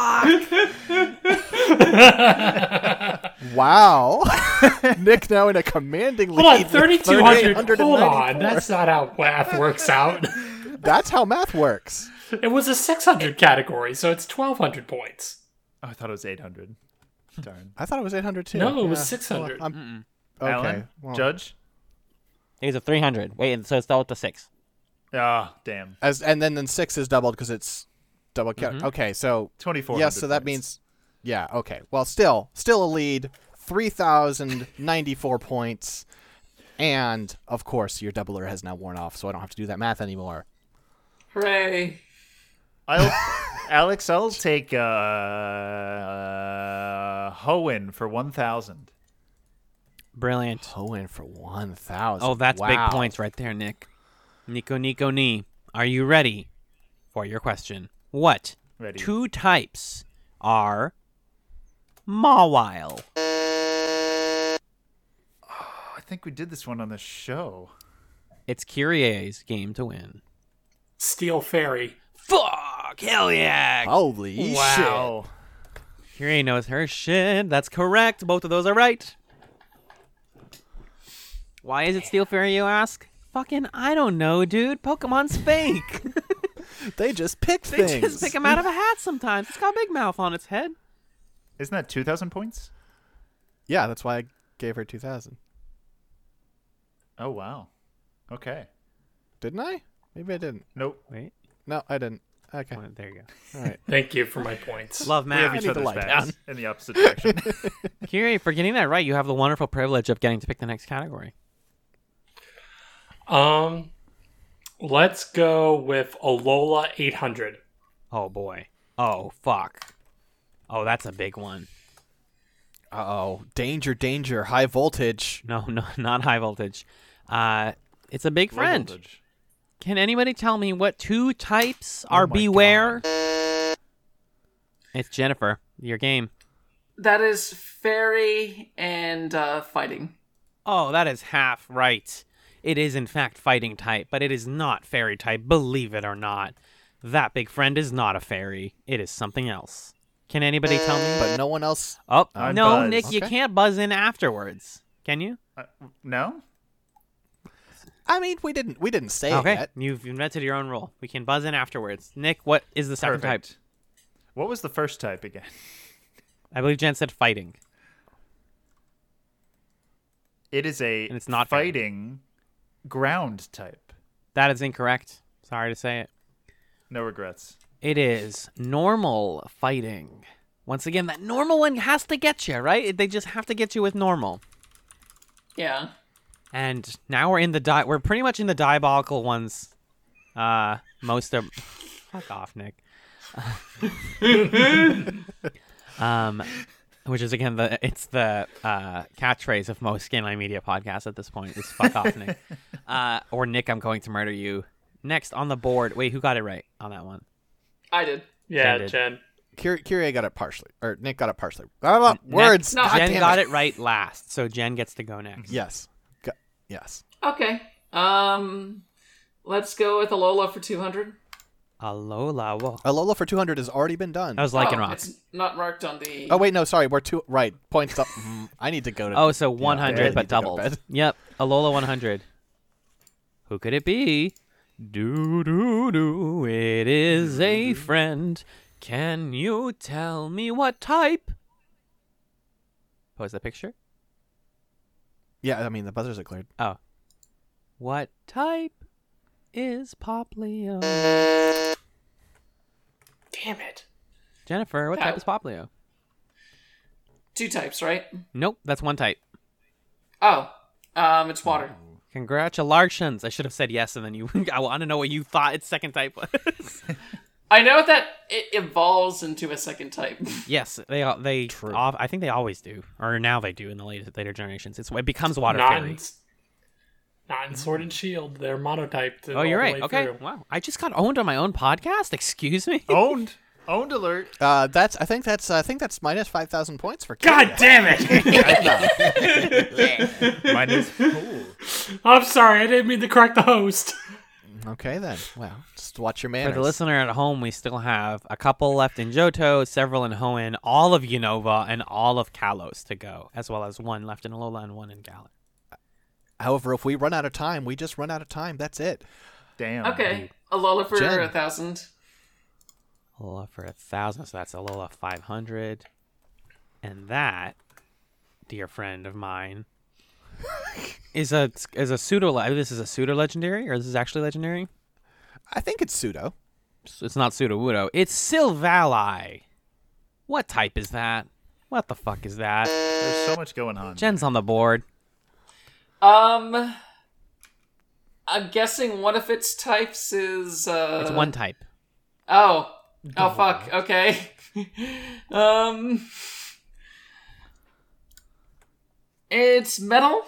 S1: wow. Nick now in a commanding lead.
S5: Hold on,
S1: with
S5: 3,200. Hold
S1: 3,894.
S5: on, that's not how math works out.
S1: That's how math works.
S5: It was a 600 category, so it's 1,200 points.
S3: Oh, I thought it was 800. Darn.
S1: I thought it was 800 too.
S5: No, it was
S1: Yeah.
S5: 600.
S1: I'm- okay.
S3: Alan,
S1: well,
S3: Judge?
S2: It was a 300. Wait, so it's doubled to six.
S3: Ah, damn.
S1: as and then then six is doubled because it's double. ca-
S5: Mm-hmm.
S1: Okay, so
S3: 2400.
S1: Yes, so that
S3: points.
S1: means yeah, okay. Well, still still a lead, 3094 points. And of course, your doubler has now worn off, so I don't have to do that math anymore.
S4: Hooray!
S3: I'll, Alex, I'll take uh, uh, Hoenn for 1000.
S2: Brilliant.
S1: Hoenn for 1000.
S2: Oh, that's
S1: Wow.
S2: big points right there, Nick. Nico Nico Ni, are you ready for your question? What
S3: Ready.
S2: two types are Mawile?
S3: Oh, I think we did this one on the show.
S2: It's Curie's game to win.
S5: Steel Fairy.
S2: Fuck! Hell yeah!
S1: Oh. Holy shit.
S3: Wow.
S2: Curie knows her shit. That's correct. Both of those are right. Why is it Steel Fairy, you ask? Fucking, I don't know, dude. Pokemon's fake.
S1: They just picked
S2: they
S1: things.
S2: just pick them out of a hat sometimes. It's got Big Mouth on its head.
S3: Isn't that 2000 points?
S1: Yeah, that's why I gave her 2000.
S3: Oh, wow. Okay.
S1: Didn't I? Maybe I didn't.
S3: Nope.
S2: Wait,
S1: No, I didn't. Okay.
S2: there you go.
S1: All right.
S5: Thank you for my points.
S2: Love
S3: We have
S2: Matt.
S3: each
S1: need to
S3: other's
S1: lie
S3: backs in the opposite direction.
S2: Curie, for getting that right, you have the wonderful privilege of getting to pick the next category.
S5: Um, let's go with Alola 800.
S2: Oh boy. Oh fuck. Oh, that's a big one.
S1: Uh-oh. Danger, danger. High voltage.
S2: No, no, not high voltage. Uh, it's a big friend.
S3: Voltage.
S2: Can anybody tell me what two types are
S3: my
S2: beware? It's Jennifer. Your game.
S4: That is fairy and uh, fighting.
S2: Oh, that is half right. It is in fact fighting type, but it is not fairy type, believe it or not. That big friend is not a fairy. It is something else. Can anybody tell me?
S1: But no one else.
S2: Oh,
S3: I'm
S2: no,
S3: buzzed.
S2: Nick, you
S1: Okay.
S2: can't buzz in afterwards. Can you?
S3: Uh, no?
S1: I mean, we didn't we didn't say
S2: okay.
S1: it yet.
S2: You've invented your own rule. We can buzz in afterwards. Nick, what is the second
S3: Perfect.
S2: type?
S3: What was the first type again?
S2: I believe Jen said fighting.
S3: It is a
S2: And it's not fairy.
S3: fighting ground type.
S2: That is incorrect. Sorry to say it.
S3: No regrets.
S2: It is normal fighting. Once again, that normal one has to get you, right? They just have to get you with normal.
S4: Yeah.
S2: And now we're in the di- we're pretty much in the diabolical ones. Uh most of fuck off, Nick. um which is again the it's the uh catchphrase of most Scanline Media podcasts at this point is fuck off, Nick. Uh or Nick, I'm going to murder you. Next on the board. Wait, who got it right on that one?
S4: I did.
S5: Yeah,
S2: Jen did.
S5: Jen.
S1: Cur- Curie got it partially, or Nick got it partially. Blah, blah, blah. words.
S4: No.
S1: God
S2: Jen
S1: damn
S2: got it right last, so Jen gets to go next.
S1: Yes. Go- yes.
S4: Okay. Um, let's go with Alola for two hundred.
S2: Alola. Whoa.
S1: Alola for 200 has already been done.
S2: I was liking
S4: oh,
S2: rocks.
S4: It's not marked on the.
S1: oh, wait, no, sorry. We're two. Right. Points up. Mm, I need to go to.
S2: Oh, so
S1: yeah,
S2: 100,
S1: I need
S2: but
S1: to go to
S2: doubled.
S1: bed.
S2: Yep, Alola 100. Who could it be? Do do do. It is a friend. Can you tell me what type? Pose the picture.
S1: Yeah, I mean, the buzzers are cleared.
S2: Oh, what type is Poplio?
S4: Damn it!
S2: Jennifer, what type is Poplio?
S4: Two types, right?
S2: Nope, that's one type.
S4: Oh, um, it's water.
S2: Congratulations. I should have said yes, and then you. I want to know what you thought its second type was.
S4: I know that it evolves into a second type.
S2: Yes, they al- they
S1: True.
S2: al- I think they always do, or now they do in the later later generations. It's it becomes water
S5: not
S2: fairy.
S5: in, not in Sword and Shield. They're monotyped.
S2: Oh, you're right. Okay,
S5: Through.
S2: wow. I just got owned on my own podcast. Excuse me.
S3: Owned. Owned alert.
S1: Uh, that's I think that's I think that's minus five thousand points for
S5: God damn it!
S3: Mine is cool.
S5: I'm sorry. I didn't mean to correct the host.
S1: Okay then. Wow. Just watch your
S2: For
S1: manners.
S2: the listener at home, we still have a couple left in Johto, several in Hoenn, all of Unova, and all of Kalos to go, as well as one left in Alola and one in Galar.
S1: However, if we run out of time, we just run out of time. That's it.
S3: Damn.
S4: Okay, Alola for
S1: Jen.
S4: a thousand.
S2: Alola for a thousand, so that's Alola 500. And that, dear friend of mine, is a is a pseudo. le- This is a pseudo legendary, or this is actually legendary.
S1: I think it's pseudo.
S2: S- It's not pseudo wudo. It's Silvally. What type is that? What the fuck is that?
S3: There's so much going on.
S2: Jen's on the board.
S4: Um, I'm guessing one of its types is uh.
S2: It's one type.
S4: Oh. Oh fuck. Okay. um. It's metal.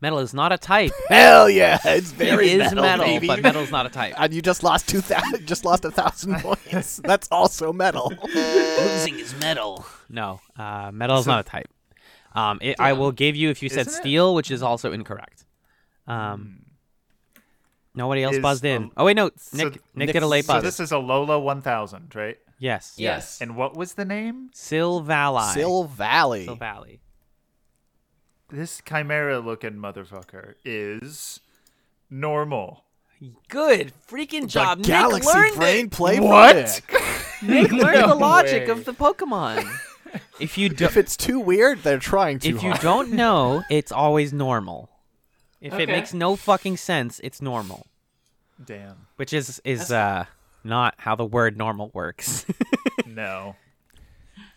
S2: Metal is not a type.
S1: Hell yeah! It's very
S2: it is
S1: metal,
S2: metal,
S1: baby.
S2: but metal's not a type.
S1: and you just lost two thousand. Just lost a thousand points. That's also metal.
S2: Losing is metal. No, uh, metal is not a type. Um, it, I will give you if you said
S3: Isn't it?
S2: steel, which is also incorrect. Um, nobody else
S3: Hmm. Is
S2: buzzed in.
S3: a-
S2: oh wait, no,
S3: so-
S2: Nick. Nick,
S1: Nick-
S2: did a late
S3: So
S2: buzz.
S3: this is a Lola 1000, right?
S2: yes.
S4: Yes.
S3: And what was the name?
S2: Sil Valley.
S1: Sill Valley.
S2: Sil Valley.
S3: This chimera looking motherfucker is normal.
S2: Good freaking job,
S1: the
S2: Nick.
S1: galaxy
S2: learned
S1: brain
S2: it.
S1: play.
S3: What?
S1: for it.
S2: Nick learned the logic
S5: way.
S2: of the Pokemon. if you do,
S1: If it's too weird, they're trying too
S2: if you
S1: hard.
S2: don't know, it's always normal. If it
S4: Okay.
S2: makes no fucking sense, it's normal.
S3: Damn.
S2: which is is uh not how the word normal works.
S3: No.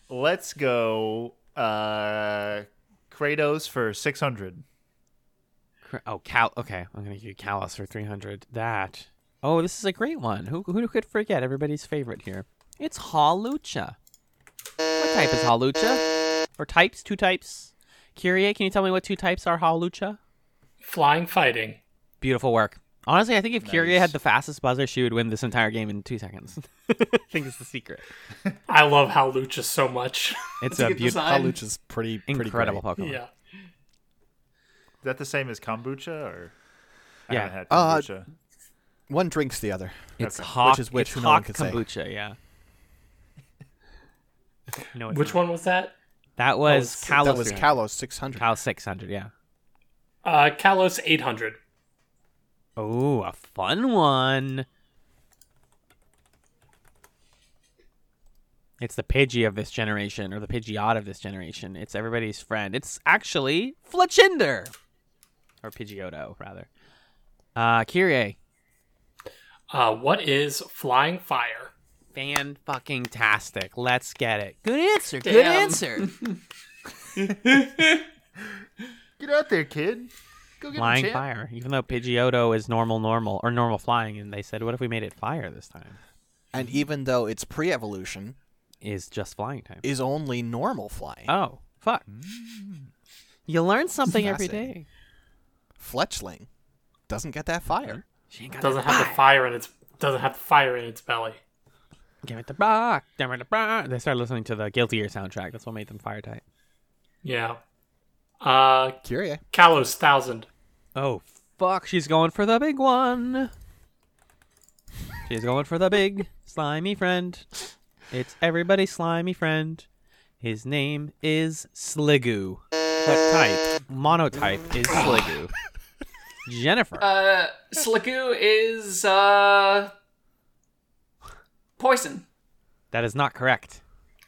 S3: Let's go uh Kratos for 600.
S2: Cr- oh, Cal. Okay, I'm gonna give you Callus for 300. That. Oh, this is a great one. Who who could forget everybody's favorite here? It's Hawlucha. What type is Hawlucha? Or types? Two types. Kyrie, can you tell me what two types are Hawlucha?
S5: Flying, fighting.
S2: Beautiful work. Honestly, I think if Kyrie had the fastest buzzer, she would win this entire game in two seconds. I think it's the secret.
S5: I love how Lucha so much.
S2: It's
S4: a
S2: a
S4: good
S2: beautiful,
S4: design.
S1: Kaluch is pretty, pretty
S2: incredible
S1: Great.
S2: Pokemon.
S5: yeah.
S3: Is that the same as kombucha or I
S2: Yeah.
S3: haven't had
S1: Uh,
S3: kombucha.
S1: One drinks the other.
S2: It's
S3: Okay.
S2: hot.
S1: Which is which,
S2: it's
S1: who no one
S2: hot
S1: can say.
S2: kombucha. Yeah. No, it's
S5: Which
S2: not.
S5: one was that?
S2: That was
S5: was-
S2: Kalos.
S1: Oh, That was
S2: 300.
S1: Kalos six hundred.
S2: Kalos 600. Yeah.
S5: Uh, Kalos 800.
S2: Oh, a fun one. It's the Pidgey of this generation, or the Pidgeot of this generation. It's everybody's friend. It's actually Fletchinder, or Pidgeotto rather. Uh, Kyrie,
S5: Uh, what is flying fire?
S2: fan fucking tastic. Let's get it. Good answer. Good
S4: Damn.
S2: answer.
S3: Get out there, kid. Go get
S2: flying
S3: him, champ.
S2: fire. Even though Pidgeotto is normal, normal or normal flying, and they said, "What if we made it fire this time?"
S1: And even though it's pre-evolution,
S2: Is just flying time.
S1: is only normal flying.
S2: oh, fuck! Mm. You learn something every
S1: Fascinating.
S2: day.
S1: Fletchling doesn't get that fire.
S2: She ain't got
S5: Doesn't
S2: the
S5: have the fire in its doesn't have the fire in its belly.
S2: Give it the rock. Give it the rock. They started listening to the Guilty Gear soundtrack. That's what made them fire tight.
S5: Yeah. Uh,
S1: Kyrie.
S5: Kalos thousand.
S2: Oh fuck! She's going for the big one. She's going for the big slimy friend. It's everybody's slimy friend. His name is Sligoo. What type? Monotype is Sligoo. Jennifer.
S4: Uh, Slicku is uh. Poison.
S2: that is not correct.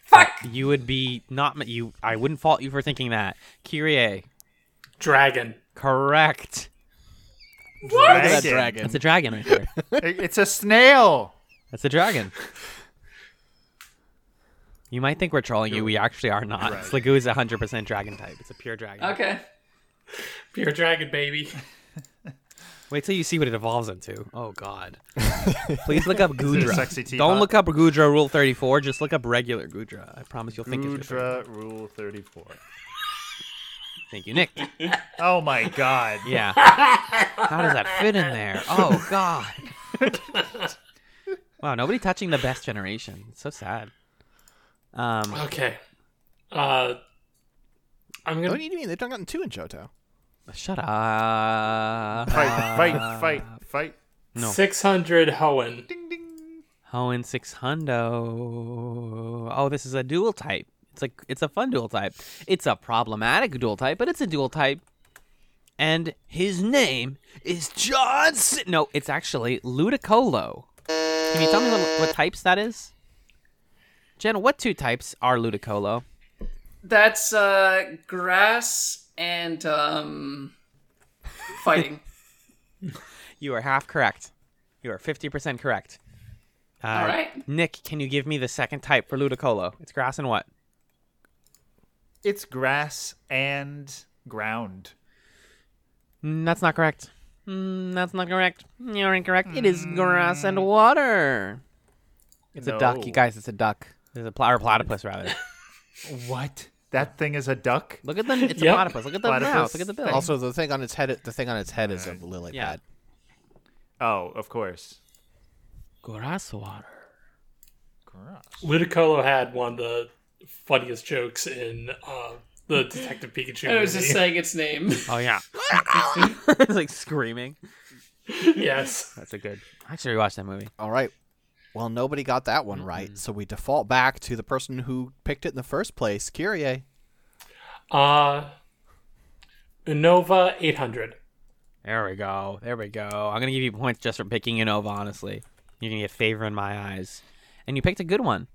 S4: Fuck.
S2: You would be not you. I wouldn't fault you for thinking that. Kyrie.
S5: Dragon.
S2: Correct.
S1: Look at that
S3: Dragon.
S1: dragon.
S2: That's a dragon right there.
S3: It- It's a snail.
S2: That's a dragon. You might think we're trolling you. We actually are not.
S3: Dragon.
S2: Sligoo is 100% dragon type. It's a pure dragon.
S4: Okay.
S5: Pure dragon, baby.
S2: Wait till you see what it evolves into. Oh God! Please look up
S3: it a
S2: Gudra.
S3: sexy teapot?
S2: Don't look up Gudra Rule Thirty Four. Just look up regular Gudra. I promise you'll think it's different.
S3: Gudra Rule 34.
S2: Thank you, Nick.
S3: Oh my god.
S2: Yeah. How does that fit in there? Oh God! wow, nobody touching the best generation. It's so sad. Um,
S5: Okay. Uh, I'm
S1: What
S5: gonna.
S1: do you mean? They've done gotten two in Johto.
S2: shut up.
S3: Fight,
S2: Uh,
S3: fight, fight, fight.
S2: No.
S5: 600 Hoenn.
S3: Ding, ding.
S2: Hoenn six hundo. Oh, this is a dual type. It's like it's a fun dual type. It's a problematic dual type, but it's a dual type. And his name is John. Si- no, it's actually Ludicolo. Can you tell me what, what types that is? Jen, what two types are Ludicolo?
S4: That's uh, grass and um, fighting.
S2: You are half correct. You are fifty percent correct. Uh,
S4: All right.
S2: Nick, can you give me the second type for Ludicolo? It's grass and what?
S3: It's grass and ground.
S2: Mm, that's not correct. Mm, that's not correct. You're incorrect. It is grass and water. It's a duck, you
S3: No.
S2: guys. It's a duck. It's a pl- or platypus, rather.
S3: What? That thing is a duck?
S2: Look at the. It's
S5: Yep.
S2: a platypus. Look at the
S3: Platypus
S2: mouth. Look at the bill.
S1: Also, the thing on its head, the thing on its head is a lily
S2: Yeah.
S1: pad.
S3: Oh, of course.
S2: grass water.
S3: Grass.
S5: Ludicolo had one of the funniest jokes in uh, the Detective Pikachu
S4: I was just
S5: movie.
S4: saying its name.
S2: Oh yeah. it's like screaming.
S5: yes.
S2: That's a good. I should rewatch that movie.
S1: All right. Well, nobody got that one right, so we default back to the person who picked it in the first place, Kyrie.
S5: Uh, Innova 800.
S2: There we go. There we go. I'm gonna give you points just for picking Innova. Honestly, you're gonna get favor in my eyes, and you picked a good one.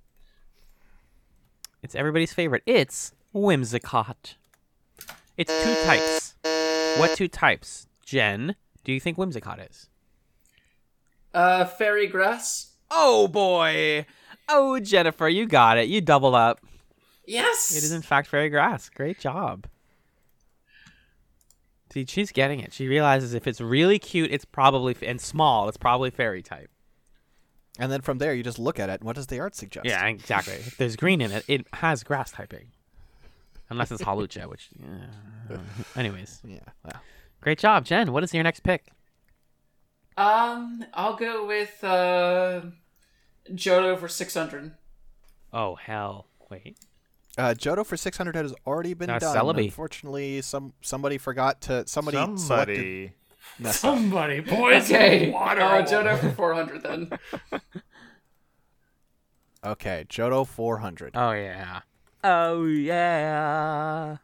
S2: It's everybody's favorite. It's Whimsicott. It's two types. What two types, Jen? Do you think Whimsicott is?
S4: Uh, fairy grass.
S2: Oh boy! Oh Jennifer, you got it. You doubled up.
S4: Yes.
S2: It is in fact fairy grass. Great job. See, she's getting it. She realizes if it's really cute, it's probably and small, it's probably fairy type.
S1: And then from there, you just look at it, and what does the art suggest?
S2: Yeah, exactly. if there's green in it, it has grass typing. Unless it's Halucha, which. yeah. anyways,
S1: Yeah. Well,
S2: great job, Jen. What is your next pick?
S4: Um, I'll go with uh, Jodo for six hundred.
S2: Oh hell, wait.
S1: uh, Johto for 600 has already been
S2: That's
S1: done.
S2: Celebi.
S1: Unfortunately, some somebody forgot to somebody selected
S3: Somebody.
S1: messed up.
S5: Somebody, boys.
S4: Okay.
S5: Water.
S4: Uh, Jodo for four hundred then.
S1: Okay, Johto 400.
S3: Uh,
S2: Oh yeah. Oh yeah.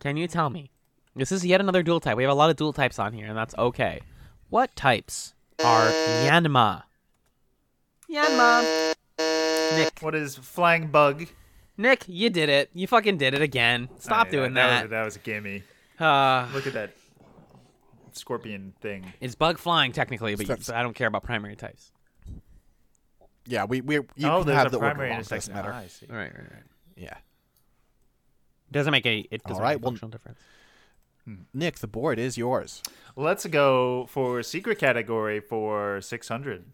S2: Can you tell me? This is yet another dual type. We have a lot of dual types on here, and that's okay. What types are Yanma? Yanma. Nick,
S3: What is flying bug?
S2: Nick, you did it. You fucking did it again. Stop
S3: Alright,
S2: doing
S3: Was,
S2: that.
S3: that was a gimme.
S2: Uh,
S3: Look at that scorpion thing.
S2: It's bug flying technically, but you,
S1: Steps.
S2: so I don't care about primary types.
S1: Yeah, we we you
S3: oh,
S1: can
S3: there's
S1: have
S3: a
S1: the order
S3: primary
S1: wrong,
S3: intersection.
S1: doesn't matter.
S3: Ah, I see.
S2: Right, right, right.
S1: Yeah.
S2: Doesn't make any. It doesn't
S1: All right,
S2: make a
S1: well-
S2: functional difference.
S1: Nick, the board is yours.
S3: Let's go for secret category for 600.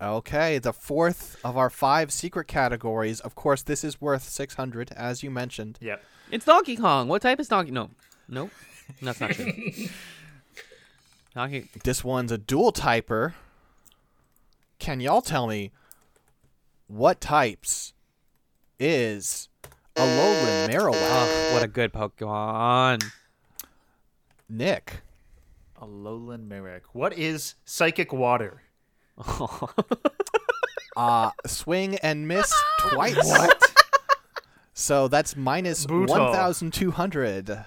S1: Okay, the fourth of our five secret categories. Of course, this is worth 600 as you mentioned.
S3: Yep.
S2: It's Donkey Kong. What type is Donkey? No, nope. That's not true. Donkey.
S1: This one's a dual typer. Can y'all tell me what types is Alolan Marowak?
S2: Oh, what a good Pokemon.
S1: Nick.
S3: Alolan Merrick. What is psychic water?
S1: Uh swing and miss twice.
S3: What?
S1: So that's minus
S3: Brutal.
S1: 1,200.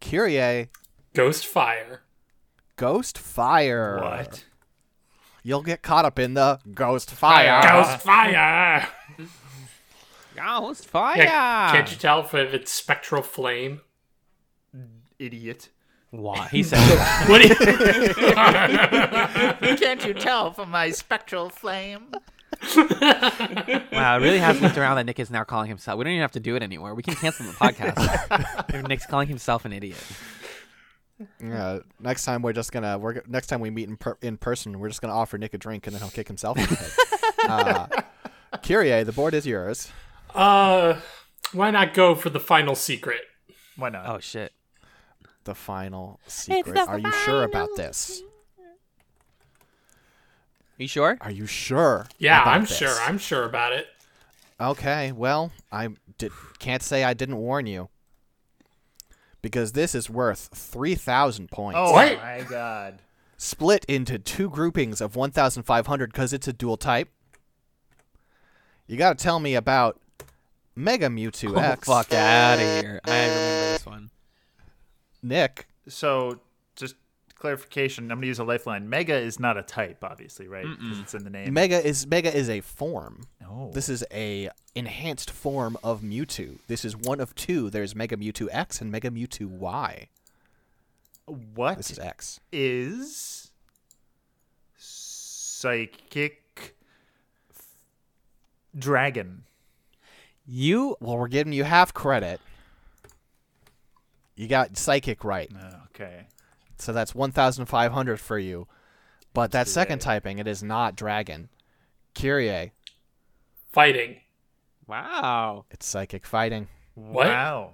S1: Kyrie,
S5: Ghost Fire.
S1: ghost fire.
S3: what?
S1: You'll get caught up in the ghost fire.
S5: Ghost Fire.
S2: Ghost fire.
S5: Yeah, Can't you tell if it's Spectral Flame?
S3: Idiot.
S2: Why? He said.
S5: What do you-
S3: Can't you tell from my spectral flame?
S2: wow, it really has looked around that Nick is now calling himself. We don't even have to do it anymore. We can cancel the podcast. if Nick's calling himself an idiot.
S1: Yeah, next time we're just gonna we're next time we meet in per, in person, we're just gonna offer Nick a drink and then he'll kick himself in the head. uh, Kyrie, the board is yours.
S5: Uh, why not go for the final secret?
S3: Why not?
S2: Oh shit.
S1: The final secret. Are you sure about this?
S2: You sure?
S1: Are you sure?
S5: Yeah,
S1: about
S5: I'm
S1: this?
S5: sure. I'm sure about it.
S1: Okay, well, I did, can't say I didn't warn you. Because this is worth 3,000 points.
S3: Oh
S5: What?
S3: my god.
S1: Split into two groupings of 1,500 because it's a dual type. You gotta tell me about Mega Mewtwo
S2: Oh,
S1: X.
S2: fuck out of here. I remember this one.
S1: Nick,
S3: So just clarification. I'm gonna use a lifeline. Mega is not a type, obviously, right? Because it's in the name.
S1: Mega is Mega is a form.
S3: oh.
S1: This is a enhanced form of Mewtwo. This is one of two. There's Mega Mewtwo X and Mega Mewtwo Y.
S3: what
S1: This is X.
S3: is psychic dragon.
S2: You
S1: Well, we're giving you half credit. You got psychic right,
S3: Oh, okay.
S1: so that's one thousand five hundred for you. But that second typing, it is not dragon. Kyrie,
S5: Fighting.
S2: Wow.
S1: it's psychic fighting.
S5: What?
S3: Wow.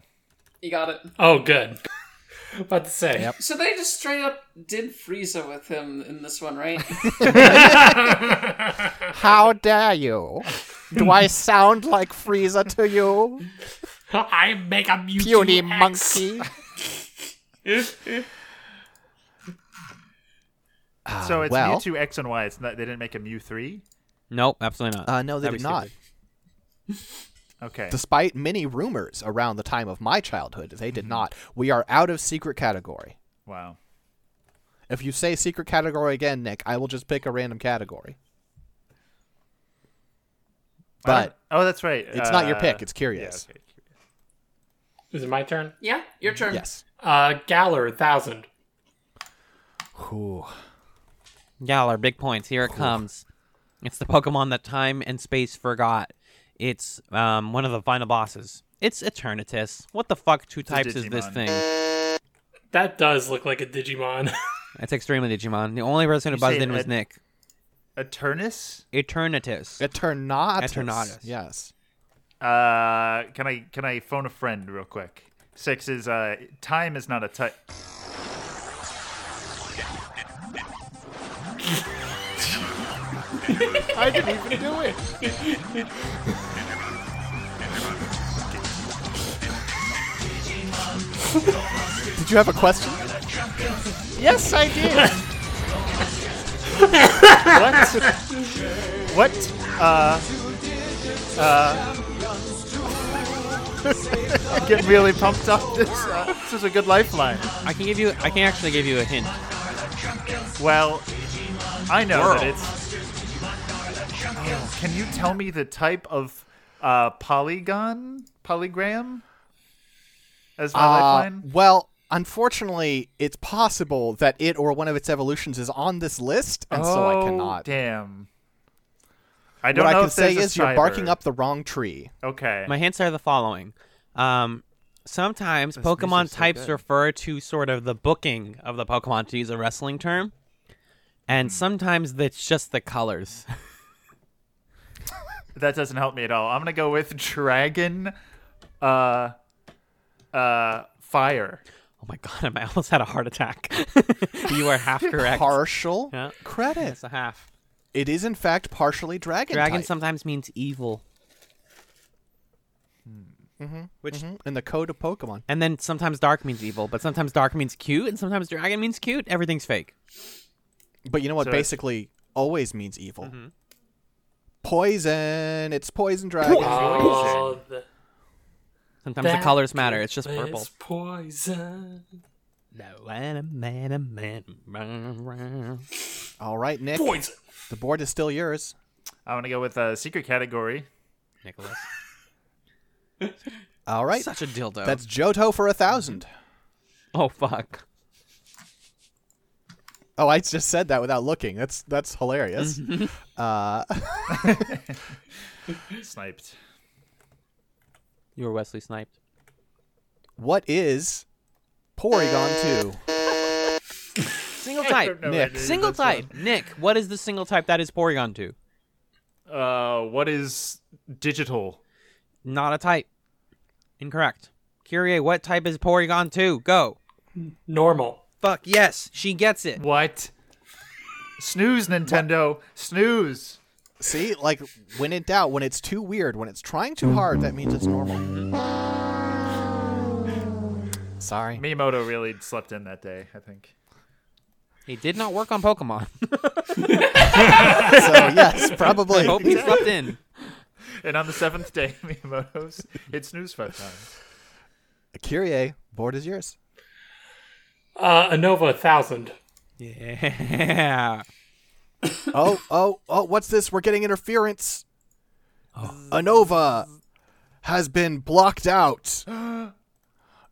S4: You got it.
S5: Oh, good. about to say.
S1: Yep.
S4: So they just straight up did Frieza with him in this one, right?
S1: How dare you? Do I sound like Frieza to you,
S5: I make a Mewtwo
S1: puny
S5: X.
S1: monkey?
S3: So
S1: Ah,
S3: it's
S1: well.
S3: Mewtwo X and Y. It's not. They didn't make a Mew three.
S2: Nope, absolutely not.
S1: Uh, no, they
S2: That'd
S1: did
S2: be
S1: not.
S2: stupid.
S3: Okay.
S1: Despite many rumors around the time of my childhood, they did not. We are out of secret category.
S3: Wow.
S1: If you say secret category again, Nick, I will just pick a random category.
S3: I
S1: But
S3: don't- oh, that's right.
S1: It's not your
S3: Uh,
S1: pick, it's Curious.
S3: Yeah, okay.
S5: Is it my turn?
S4: yeah, your turn.
S1: yes.
S5: Uh, Galler, thousand.
S1: Ooh.
S2: Galar, big points. Here it comes. It's the Pokemon that time and space forgot. It's um, one of the final bosses. It's Eternatus. What the fuck two
S3: a
S2: types is this
S3: Digimon.
S2: thing?
S5: That does look like a Digimon.
S2: It's extremely Digimon. The only person who
S3: You
S2: buzzed
S3: say
S2: in was
S3: Ed-
S2: Nick.
S3: Eternis.
S2: Eternatus.
S1: Eternatus.
S2: Eternatus.
S1: Yes.
S3: Uh, can I can I phone a friend real quick? Six is uh, time is not a type.
S1: I didn't even do it. did you have a question? Yes, I did.
S3: What? what? Uh, uh. Getting really pumped up. This uh, this is a good lifeline.
S2: I can give you. I can actually give you a hint.
S3: Well, I know that it's. Oh, can you tell me the type of uh, polygon polygram as my
S1: Uh,
S3: lifeline?
S1: well, unfortunately, it's possible that it or one of its evolutions is on this list, and so I
S3: Oh,
S1: cannot.
S3: Damn. I don't
S1: What I
S3: know
S1: can
S3: if
S1: say
S3: there's a
S1: is you're barking
S3: cyber.
S1: up the wrong tree.
S3: Okay.
S2: My hints are the following. Um, sometimes Pokemon
S3: music's so
S2: types
S3: good.
S2: refer to sort of the booking of the Pokemon, to use a wrestling term,
S3: Hmm.
S2: and sometimes it's just the colors.
S3: That doesn't help me at all. I'm gonna go with dragon, uh, uh, fire.
S2: Oh my god! I almost had a heart attack. you are half correct.
S1: Partial
S2: Yeah.
S1: credit.
S2: It's a half.
S1: It is in fact partially dragon.
S2: Dragon
S1: type.
S2: sometimes means evil,
S1: which Mm-hmm. in the code of Pokemon.
S2: and then sometimes dark means evil, but sometimes dark means cute, and sometimes dragon means cute. Everything's fake.
S1: But you know what?
S3: So it's-
S1: basically, always means evil.
S2: Mm-hmm.
S1: Poison. It's poison dragon.
S5: oh, the,
S2: Sometimes the colors matter. It's just purple.
S5: It's poison.
S2: No, and a man, a man, run, run.
S1: All right, Nick.
S5: Poison.
S1: The board is still yours.
S3: I want to go with a secret category.
S2: Nicholas.
S1: All right.
S2: Such a dildo.
S1: That's Johto for a thousand.
S2: oh fuck.
S1: Oh, I just said that without looking. That's that's
S2: Mm-hmm.
S1: hilarious.
S3: Sniped.
S2: You were Wesley sniped. Uh.
S1: What is Porygon 2?
S2: Single
S3: I don't
S2: type.
S3: know
S1: Nick.
S3: any of
S2: Single
S3: this one.
S2: type. Nick, what is the single type that is Porygon to?
S3: Uh, what is digital?
S2: Not a type. Incorrect. Kyrie, what type is Porygon to? Go.
S5: Normal.
S2: Fuck yes, she gets it.
S3: What? Snooze, Nintendo. Snooze.
S1: See, like when in doubt, when it's too weird, when it's trying too hard, that means it's normal. Sorry.
S3: Miyamoto really slept in that day, I think.
S2: He did not work on Pokemon.
S1: So yes,
S2: I hope
S1: probably.
S2: he slept in.
S3: And on the seventh day, Miyamoto's hit snooze five times.
S1: Kyrie, board is yours.
S5: Uh, Anova 1000.
S2: Yeah.
S1: Oh, oh, oh! What's this? We're getting interference.
S2: Oh.
S1: Anova has been blocked out.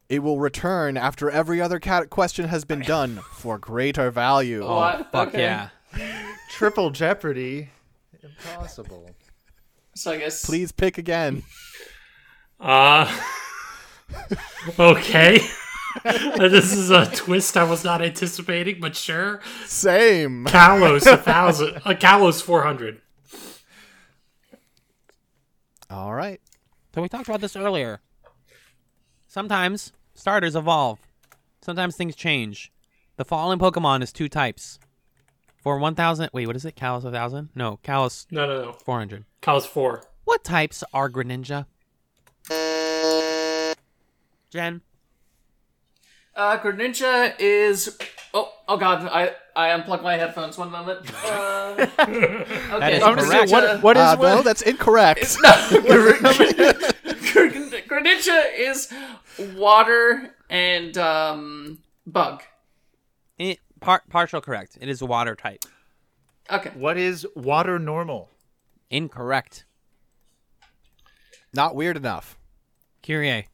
S1: It will return after every other cat question has been done for greater value.
S4: What?
S2: Oh, Fuck
S4: okay.
S2: yeah.
S3: Triple Jeopardy. Impossible.
S4: So I guess
S1: Please pick again.
S5: Uh, okay. this is a twist I was not anticipating, but sure.
S1: Same.
S5: Kalos 1000. Uh, Kalos 400.
S1: All right.
S2: So we talked about this earlier. Sometimes starters evolve. Sometimes things change. The fallen Pokemon is two types. For 1,000, wait, what is it? Kalos 1,000? No, Kalos
S5: No, no, no.
S2: 400.
S5: Kalos 4.
S2: What types are Greninja? Jen,
S4: Uh, Greninja is. Oh, oh God! I I unplugged my headphones. One moment. Uh, okay. Oh,
S2: is
S3: I'm just saying,
S2: Correct.
S3: what, what is
S1: Uh,
S3: what?
S1: no, that's incorrect.
S4: Greninja, Greninja is water and um bug.
S2: it, par- partial correct. It is a water type.
S4: Okay.
S3: what is water normal?
S2: Incorrect.
S1: Not weird enough.
S2: Kyrie,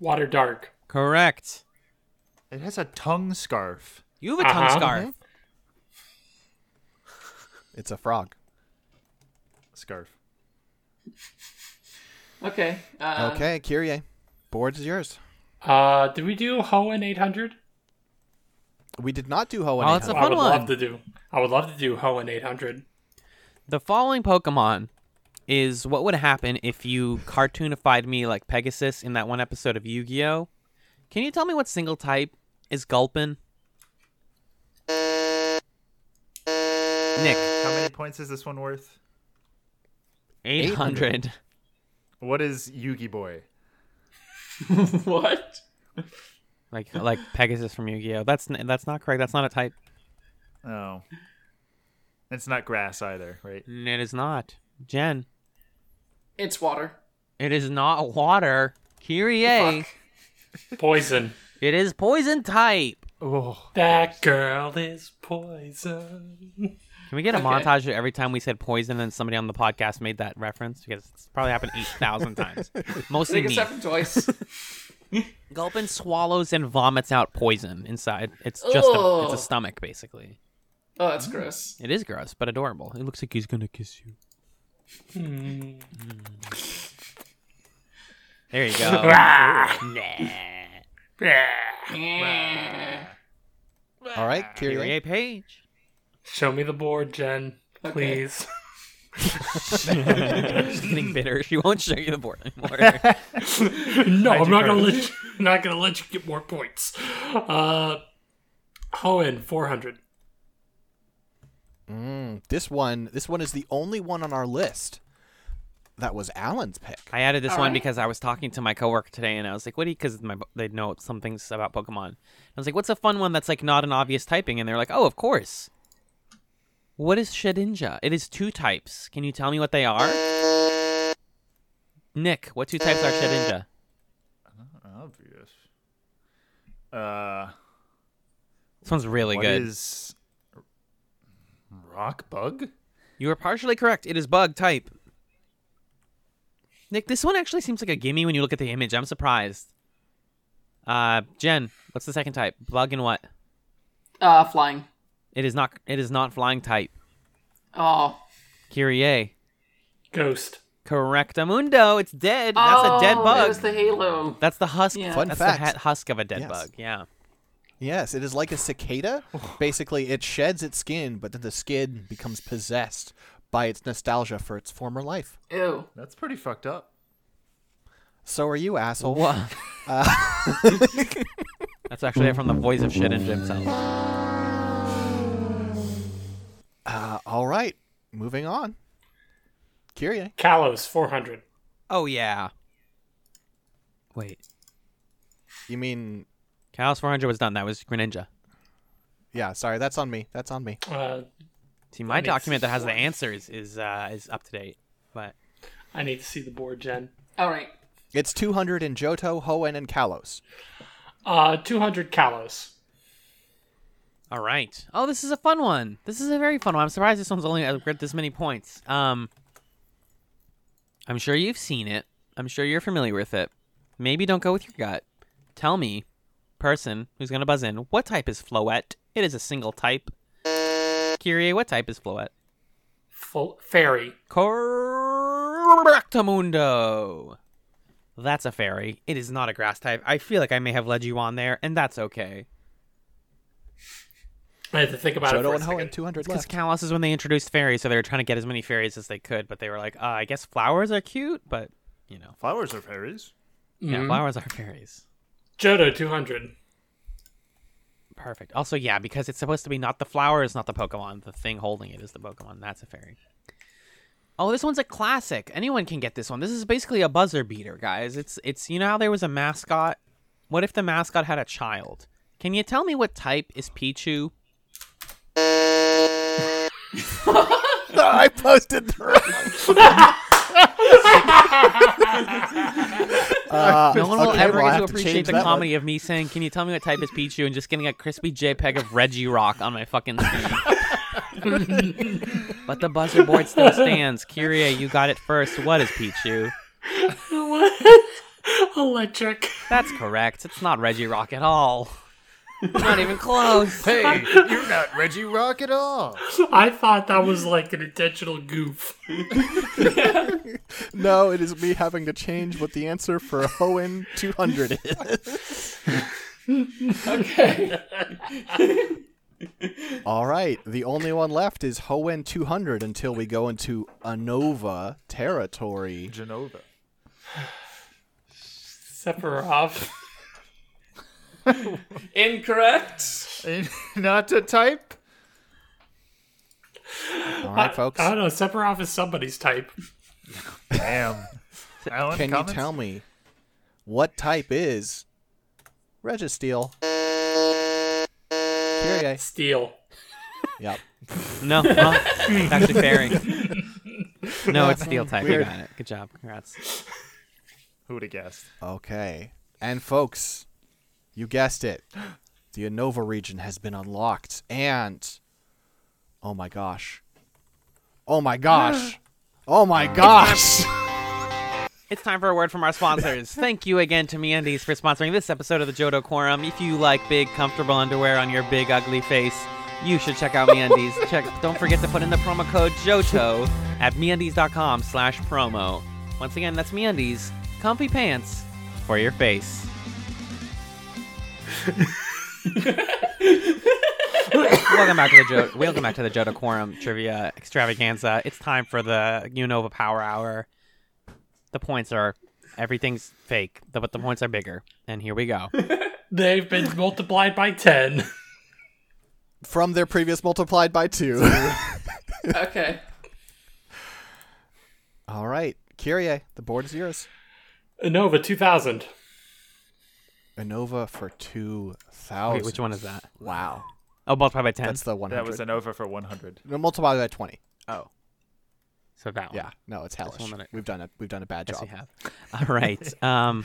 S5: Water Dark.
S2: correct.
S3: It has a tongue scarf.
S2: You have a tongue
S5: Uh-huh.
S2: scarf.
S1: It's a frog.
S3: Scarf.
S4: Okay. Uh,
S1: Okay, Kyrie, board is yours.
S5: Uh, did we do Hoenn 800?
S1: We did not do Ho
S2: Oh, it's a
S5: I
S2: fun
S5: would
S2: one.
S5: love to do. I would love to do Hoenn 800.
S2: The following Pokemon is what would happen if you cartoonified me like Pegasus in that one episode of Yu Gi Oh! Can you tell me what single type is Gulpin? Nick,
S3: How many points is this one worth?
S2: 800.
S3: What is Yugi Boy?
S4: What?
S2: like like Pegasus from Yu Gi Oh! That's, n- that's not correct. That's not a type.
S3: Oh. It's not grass either, right?
S2: It is not. Jen,
S4: It's water.
S2: it is not water. Kyrie,
S5: Poison.
S2: it is poison type.
S3: Oh.
S5: that girl is poison.
S2: Can we get a
S4: Okay.
S2: montage of every time we said poison and somebody on the podcast made that reference? Because it's probably happened 8,000 times.
S4: I
S2: Mostly
S4: think
S2: me.
S4: it's happened twice.
S2: Gulpin swallows and vomits out poison inside. It's just a, it's a
S4: Ugh.
S2: stomach, basically.
S4: oh, that's gross.
S2: It is gross, but adorable. It looks like he's going to kiss you. There you go. Ah!
S4: Eh.
S1: All right, Kyrie.
S2: Kyrie Page.
S5: Show me the board, Jen. Please.
S2: She's getting bitter. She won't show you the board anymore.
S5: no, I'm not gonna let you, not gonna let you get more points. Uh, Hoenn 400.
S1: This one, this one is the only one on our list that was Alan's pick.
S2: I added this one
S4: right.
S2: because I was talking to my coworker today, and I was like, "What do you?" Because my they know some things about Pokemon. I was like, "What's a fun one that's like not an obvious typing?" And they're like, "Oh, of course." What is Shedinja? It is two types. Can you tell me what they are? Nick, what two types are Shedinja?
S3: Obvious. Uh,
S2: This one's really
S3: what
S2: good.
S3: is rock bug?
S2: You were partially correct. It is bug type. Nick, this one actually seems like a gimme when you look at the image. I'm surprised. Uh, Jen, what's the second type? Bug and what?
S4: Uh, flying.
S2: It is not. It is not flying type.
S4: Oh.
S2: Kyrie.
S5: Ghost.
S2: Correctamundo. It's dead. That's a dead
S4: Oh, It
S2: bug.
S4: was the Halo.
S2: That's the husk.
S4: Yeah.
S1: Fun
S2: That's
S1: fact.
S2: the ha- husk of a dead
S1: Yes.
S2: bug. Yeah.
S1: Yes, it is like a cicada. Basically, it sheds its skin, but then the skin becomes possessed by its nostalgia for its former life.
S4: Ew.
S3: That's pretty fucked up.
S1: So are you, asshole.
S2: That's actually it from the voice of shit and Jim sound.
S1: Uh, All right, moving on. Kyrie.
S5: Kalos, 400.
S2: Oh yeah. Wait.
S1: You mean,
S2: Chaos 400 was done. That was Greninja.
S1: yeah, sorry, that's on me. That's on me.
S5: Uh,
S2: See, my
S5: need
S2: document that has the
S5: four.
S2: answers is uh, is up to date, but
S5: I need to see the board, Jen.
S4: All right.
S1: It's 200 in Johto, Hoenn, and Kalos.
S5: Uh, 200 Kalos.
S2: All right. Oh, this is a fun one. This is a very fun one. I'm surprised this one's only got this many points. Um, I'm sure you've seen it. I'm sure you're familiar with it. Maybe don't go with your gut. Tell me, person who's gonna buzz in, what type is Floette? It is a single type. Kyrie, what type is Floette?
S5: Full, fairy.
S2: Correctamundo. That's a fairy. It is not a grass type. I feel like I may have led you on there, and that's okay.
S5: I had to think about it
S1: Johto
S5: for a
S1: and Hoenn,
S5: second.
S1: 200
S2: Because
S1: left.
S2: Kalos is when they introduced fairies, so they were trying to get as many fairies as they could, but they were like, uh, I guess flowers are cute, but, you know,
S3: Flowers are fairies.
S2: yeah, flowers are fairies.
S5: Johto, 200.
S2: Perfect. Also, yeah, because it's supposed to be not the flower is not the Pokemon. The thing holding it is the Pokemon. That's a fairy. Oh, this one's a classic. Anyone can get this one. This is basically a buzzer beater, guys. It's it's you know how there was a mascot. What if the mascot had a child? Can you tell me what type is Pichu?
S1: I posted the wrong. Uh,
S2: No one will
S1: okay,
S2: ever
S1: well, I
S2: get
S1: have
S2: to
S1: to
S2: appreciate
S1: change
S2: the
S1: that one.
S2: comedy of me saying, "Can you tell me what type is Pichu?" and just getting a crispy JPEG of Reggie Rock on my fucking screen. but the buzzer board still stands. Kyrie, you got it first. What is Pichu?
S5: Electric.
S2: That's correct. It's not Reggie Rock at all. not even close.
S3: Hey, you're not Reggie Rock at all.
S5: I thought that was like an intentional goof.
S1: No, it is me having to change what the answer for Hoenn 200 is.
S4: Okay.
S1: All right, the only one left is Hoenn 200 until we go into ANOVA territory.
S3: Genova.
S5: Sephiroth.
S4: Incorrect.
S3: not a type.
S1: All right, folks.
S5: I, I don't know. Sephiroth is somebody's type.
S3: Damn. Alan,
S1: Can you tell me what type is Registeel? Kyrie.
S5: Steel.
S1: Yep.
S2: No, no. It's actually fairy. No, it's steel type. You
S1: Weird.
S2: got it. Good job. Congrats.
S3: Who would have guessed?
S1: Okay. And folks, you guessed it. The ANOVA region has been unlocked and oh my gosh. Oh my gosh. Oh my
S3: Uh,
S1: gosh.
S2: It's time for a word from our sponsors. Thank you again to MeUndies for sponsoring this episode of the Jodo Quorum. If you like big, comfortable underwear on your big, ugly face, you should check out MeUndies. check. Don't forget to put in the promo code JOTO at MeUndies.com slash promo. Once again, that's MeUndies. Comfy pants for your face. Welcome back to the jo- Welcome back to the Jodo Quorum Trivia Extravaganza. It's time for the Unova Power Hour. The points are everything's fake, the- but the points are bigger. And here we go.
S1: Oh,
S5: They've been multiplied by 10.
S1: From their previous multiplied by 2.
S4: Okay.
S1: All right. Kyrie, the board is yours.
S5: Anova, 2000.
S1: ANOVA for 2000.
S2: Wait, which one is that?
S1: Wow.
S2: Oh, multiplied by ten.
S1: That's the 100.
S3: That was an over for 100.
S1: No, multiply by 20.
S2: oh, so that one.
S1: Yeah. No, it's
S2: the
S1: hellish.
S2: one that I-
S1: We've done it. We've done a bad
S2: yes,
S1: job.
S2: you have. All right. Um,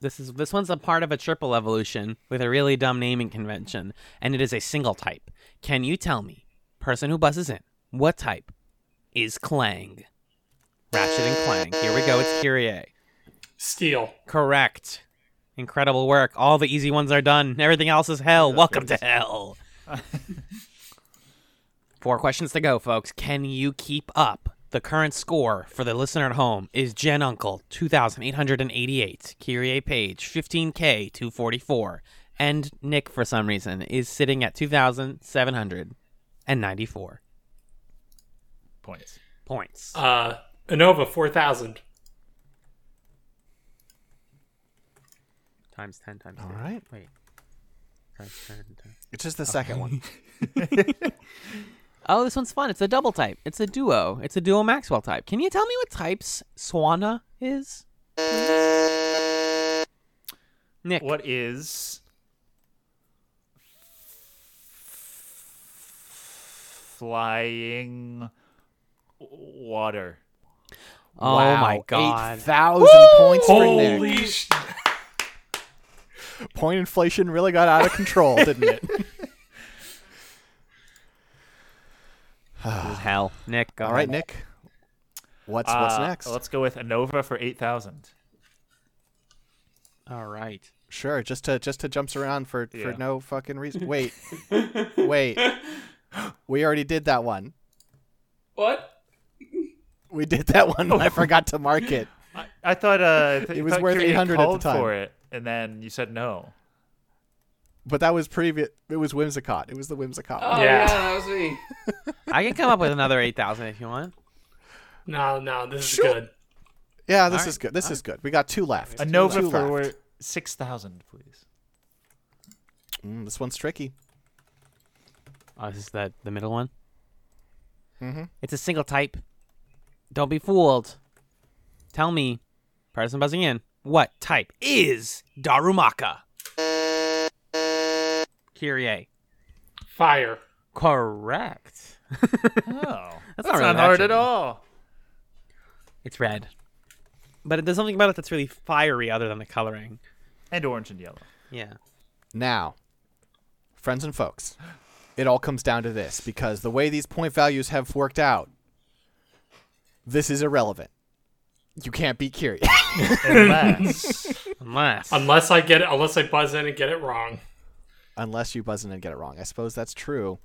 S2: this is this one's a part of a triple evolution with a really dumb naming convention, and it is a single type. Can you tell me, person who buzzes in, what type is Clang? Ratchet and Clang. Here we go. It's Kyrie.
S5: Steel.
S2: Correct. Incredible work. All the easy ones are done. Everything else is hell. Welcome to hell. Four questions to go, folks. Can you keep up? The current score for the listener at home is Jen Uncle, 2,888, Kyrie Page, 15K, 244, and Nick, for some reason, is sitting at 2,794
S3: Points.
S2: points.
S5: Uh, Anova four thousand.
S2: times 10 times
S1: All
S2: 10.
S1: right.
S2: Wait. Times 10 times-
S1: It's just the second one.
S2: Oh, this one's fun. It's a double type. It's a duo. It's a duo Maxwell type. Can you tell me what types Swana is? Nick.
S3: What is flying water?
S2: Oh my god.
S1: Eight thousand points for
S5: Holy
S1: Nick.
S5: sh-
S1: Point inflation really got out of control, didn't it?
S2: This is hell. Nick. go
S1: All right,
S2: ahead.
S1: Nick. What's what's
S3: Uh,
S1: next?
S3: Let's go with Anova for eight thousand.
S2: All right.
S1: Sure, just to just to jumps around for for
S3: Yeah.
S1: no fucking reason. Wait, wait. We already did that one.
S4: What?
S1: We did that one. I forgot to mark it.
S3: I, I thought uh, th-
S1: It was
S3: thought
S1: worth
S3: Kyrie
S1: 800 at the
S3: called
S1: time.
S3: for it, and then you said no.
S1: But that was previous. It was Whimsicott. It was the
S3: Uh,
S1: Whimsicott.
S4: Oh
S1: one.
S5: Yeah.
S4: yeah, that was me.
S2: I can come up with another 8,000 if you want.
S5: no, no, this is
S1: Sure.
S5: good.
S1: yeah, this is good. This is good. We got two left.
S3: Anova
S1: Two
S3: for
S1: left.
S3: six thousand, please.
S1: Mm, this one's tricky.
S2: Oh, is this the, the middle one?
S1: Mhm.
S2: It's a single type. Don't be fooled. Tell me, person buzzing in, what type is Darumaka? Kyrie.
S5: Fire.
S2: Correct.
S3: Oh,
S2: That's not
S3: that's, not,
S2: really that
S3: hard at
S2: tricky.
S3: all.
S2: It's red. But there's something about it that's really fiery other than the coloring.
S3: And orange and yellow.
S2: Yeah.
S1: Now, friends and folks, it all comes down to this because the way these point values have worked out, this is irrelevant. You can't beat Kyrie.
S3: Unless
S2: Unless.
S5: Unless I get it, unless I buzz in and get it wrong.
S1: Unless you buzz in and get it wrong. I suppose that's true.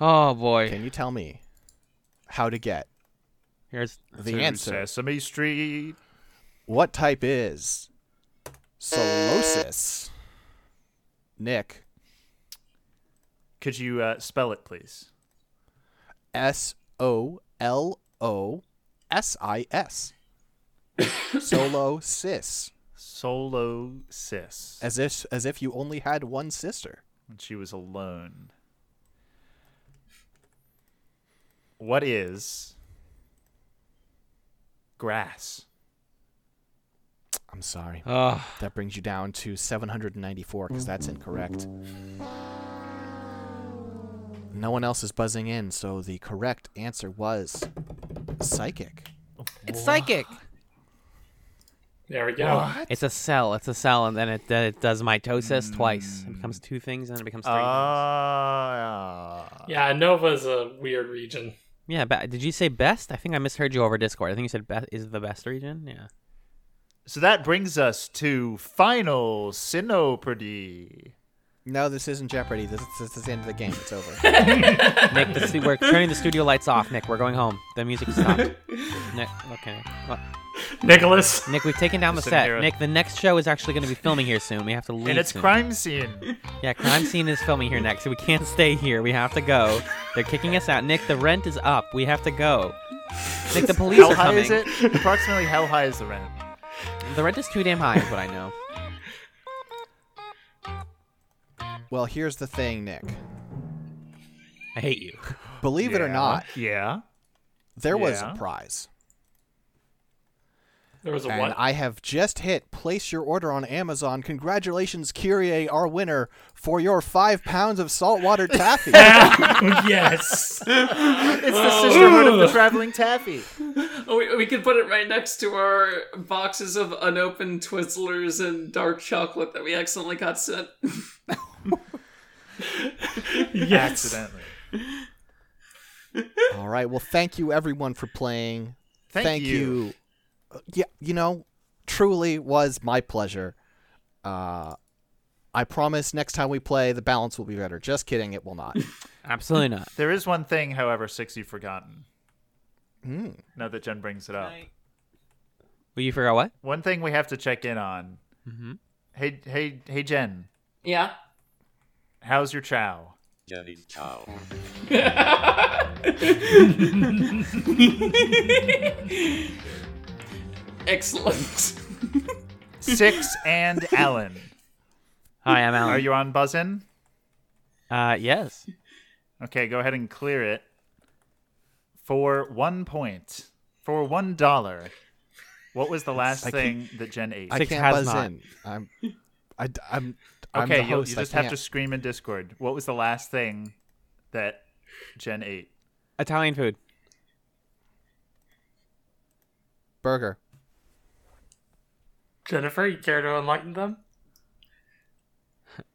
S2: oh boy.
S1: Can you tell me how to get
S2: Here's
S1: the
S3: to
S1: answer?
S3: Sesame Street.
S1: What type is Solosis? Nick,
S3: Could you uh, spell it, please?
S1: S O L O S I S. Solosis.
S3: Solo sis.
S1: As if as if you only had one sister.
S3: when she was alone. What is grass?
S1: I'm sorry.
S2: Ugh.
S1: That brings you down to 794 because that's incorrect. No one else is buzzing in, so the correct answer was psychic.
S2: It's psychic.
S5: There we go.
S2: It's a cell. It's a cell, and then it then it does mitosis twice. It becomes two things, and then it becomes three. things.
S3: Ah.
S5: Yeah, Nova's a weird region.
S2: Yeah. But did you say best? I think I misheard you over Discord. I think you said best is the best region. Yeah.
S3: so that brings us to final Sinoprody.
S1: No, this isn't Jeopardy. This, this is the end of the game. It's over.
S2: Nick, the stu- we're turning the studio lights off. Nick, we're going home. The music stopped. Nick, okay. Well,
S5: Nicholas.
S2: Nick, we've taken down the
S3: Listen here.
S2: set. Nick, the next show is actually going to be filming here soon. We have to leave.
S3: And it's
S2: soon.
S3: crime scene.
S2: Yeah, crime scene is filming here next, so we can't stay here. We have to go. They're kicking us out. Nick, the rent is up. We have to go. Nick, the police
S3: How
S2: are
S3: high
S2: coming.
S3: is it? Approximately how high is the rent?
S2: The rent is too damn high, is what I know.
S1: well, here's the thing, Nick.
S2: I hate you.
S1: Believe it or
S3: Yeah.
S1: not,
S3: Yeah.
S1: there was a
S3: Yeah.
S1: prize.
S5: There was a
S1: And
S5: what?
S1: I have just hit place your order on Amazon. Congratulations, Kyrie, our winner, for your five pounds of saltwater taffy.
S5: yes.
S3: It's the sisterhood of the traveling taffy.
S4: Oh, we, we could put it right next to our boxes of unopened Twizzlers and dark chocolate that we accidentally got sent.
S5: yes.
S3: Accidentally.
S1: All right. Well, thank you everyone for playing.
S3: Thank you.
S1: Uh, Yeah, you know, truly was my pleasure. Uh I promise next time we play the balance will be better. Just kidding, it will not.
S2: Absolutely not.
S3: There is one thing, however, six you've forgotten.
S1: Hmm,
S3: Now that Jen brings it up.
S2: Well, you forgot what?
S3: One thing we have to check in on Hey, hey, hey, Jen.
S4: Yeah.
S3: How's your chow?
S6: Jenny Chow.
S4: Excellent.
S3: Six and Alan.
S2: Hi, I'm Alan.
S3: Are you on buzzin?
S2: Uh, yes.
S3: Okay, go ahead and clear it for one point for one dollar. What was the last
S1: I
S3: thing that Jen ate?
S1: I
S2: Six
S1: can't
S2: has
S1: buzz
S2: not.
S1: in. I'm, I, am i am
S3: okay,
S1: the
S3: you'll-
S1: host.
S3: you
S1: I
S3: just have to
S1: can't.
S3: scream in Discord. What was the last thing that Jen ate?
S2: Italian food.
S1: burger.
S5: Jennifer, you care to enlighten them?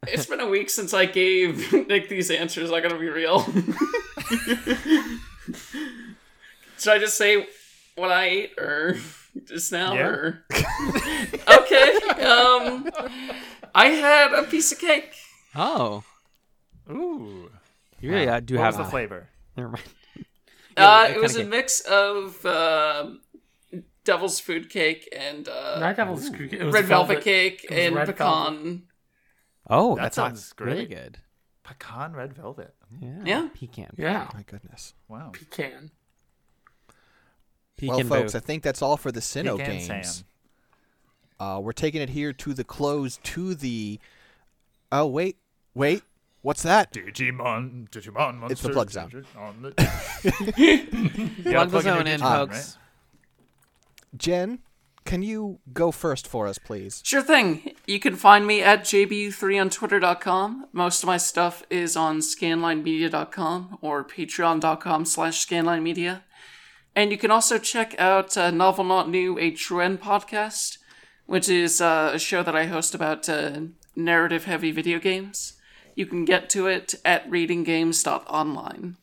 S4: it's been a week since I gave Nick these answers. I gotta be real. Should I just say what I ate or just now?
S3: Yeah.
S4: Or... okay. Um, I had a piece of cake.
S2: Oh,
S3: Ooh,
S2: you really uh, do
S3: what
S2: have
S3: was the
S2: eye.
S3: flavor?
S2: Never mind.
S4: Uh,
S2: that
S4: it was a
S2: kinda
S4: mix of um devil's food cake and uh,
S5: Night Devil's cookie. It was
S4: red velvet, cake
S5: was
S4: and
S5: red
S4: pecan.
S2: Oh,
S3: That
S2: that, sounds,
S3: sounds
S2: really
S3: great.
S2: good.
S3: Pecan red velvet.
S2: Yeah.
S4: Yeah.
S2: Pecan.
S5: Yeah,
S1: My goodness.
S3: Wow.
S5: pecan.
S2: Pecan
S1: well, folks,
S2: boo.
S1: I think that's all for the Sinnoh games.
S3: Pecan Sam.
S1: Uh, we're taking it here to the close to the. Oh wait, wait, what's that?
S3: Digimon, Digimon monster.
S1: It's the plug sound.
S3: On the... You
S2: Plug the
S3: gotta plug in your
S2: zone in,
S3: Digimon,
S2: folks.
S1: Jen, can you go first for us, please?
S4: Sure thing. You can find me at jbu3 on twitter.com. Most of my stuff is on scanlinemedia.com or patreon.com slash scanlinemedia. And you can also check out uh, Novel Not New, a True End podcast, which is uh, a show that I host about uh, narrative heavy video games. You can get to it at readinggames.online.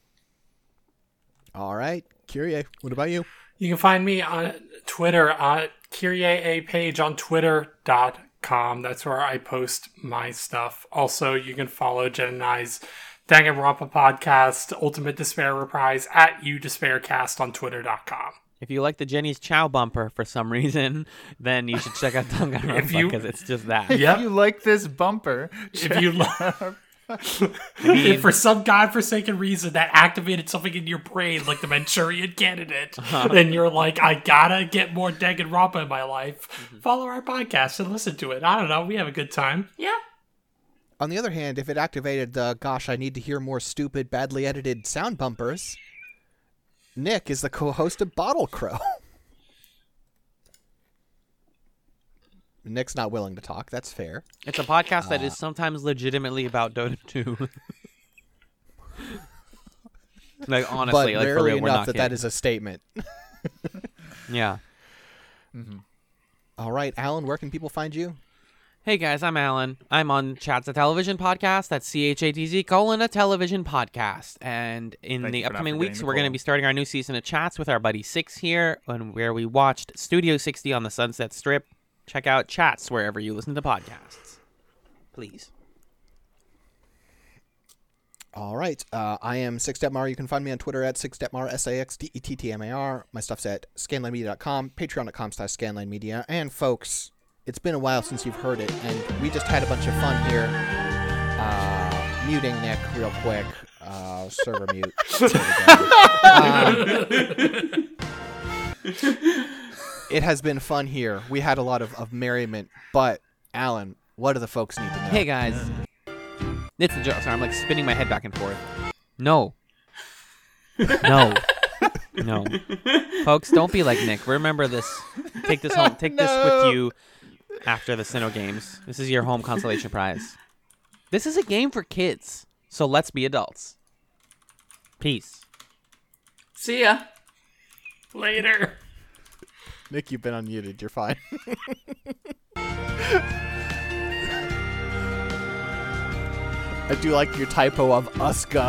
S1: All right, Kyrie, what about you?
S5: You can find me on Twitter at Kyrie A Page on Twitter.com. That's where I post my stuff. Also, you can follow Jen and I's Danganronpa podcast, Ultimate Despair Reprise at You Despaircast on Twitter.com.
S2: If you like the Jenny's Chow bumper for some reason, then you should check out
S5: If
S2: Danganronpa
S5: you-
S2: because it's just that.
S5: Yep.
S3: If you like this bumper,
S5: if you if for some godforsaken reason that activated something in your brain like the Manchurian candidate, then you're like, I gotta get more Danganronpa in my life. Follow our podcast and listen to it. I don't know, we have a good time.
S4: Yeah.
S1: On the other hand, if it activated the gosh, I need to hear more stupid, badly edited sound bumpers, Nick is the co host of Bottle Crow. Nick's not willing to talk, that's fair.
S2: It's a podcast
S1: Uh,
S2: that is sometimes legitimately about Dota 2. like honestly,
S1: but
S2: like for
S1: rarely
S2: real, we're
S1: enough
S2: not
S1: that that
S2: kidding.
S1: is a statement.
S2: Yeah.
S1: All right, Alan, where can people find you?
S2: Hey guys, I'm Alan. I'm on Chats a Television podcast. That's C H A T Z colon a television podcast. And in
S3: Thank
S2: the
S3: you for not
S2: upcoming
S3: forgetting
S2: weeks,
S3: the
S2: we're going to
S3: colon.
S2: be starting our new season of Chats with our buddy Six here, and where we watched Studio 60 on the Sunset Strip. Check out Chats wherever you listen to podcasts. Please.
S1: All right. Uh, I am Six Stepmar. You can find me on Twitter at Six Stepmar, S A X D E T T M A R. My stuff's at scanlinemedia.com, patreon.com slash scanlinemedia. And folks, it's been a while since you've heard it, and we just had a bunch of fun here. Uh, muting Nick real quick. Uh, server mute. There we go. Um, Uh, it has been fun here. We had a lot of, of merriment, but Alan, what do the folks need to know?
S2: Hey guys. It's a joke. Sorry, I'm like spinning my head back and forth. No. no. No. Folks, don't be like Nick. Remember this. Take this home. Take this with you after the Sinnoh games. This is your home consolation prize. This is a game for kids. So let's be adults. Peace.
S4: See ya.
S5: Later.
S1: Nick, you've been unmuted. You're fine. I do like your typo of Uska.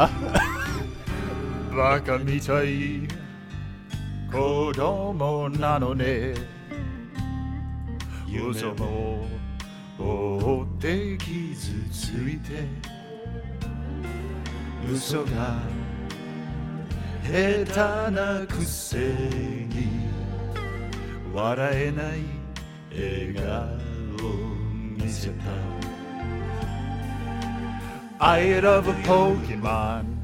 S3: Baka mitai kodomo nano ne Yuzo mo ootte kizu tsuite Uso ga heta na kuse ni Warae nai egao ni Zippo. I had of a Pokemon.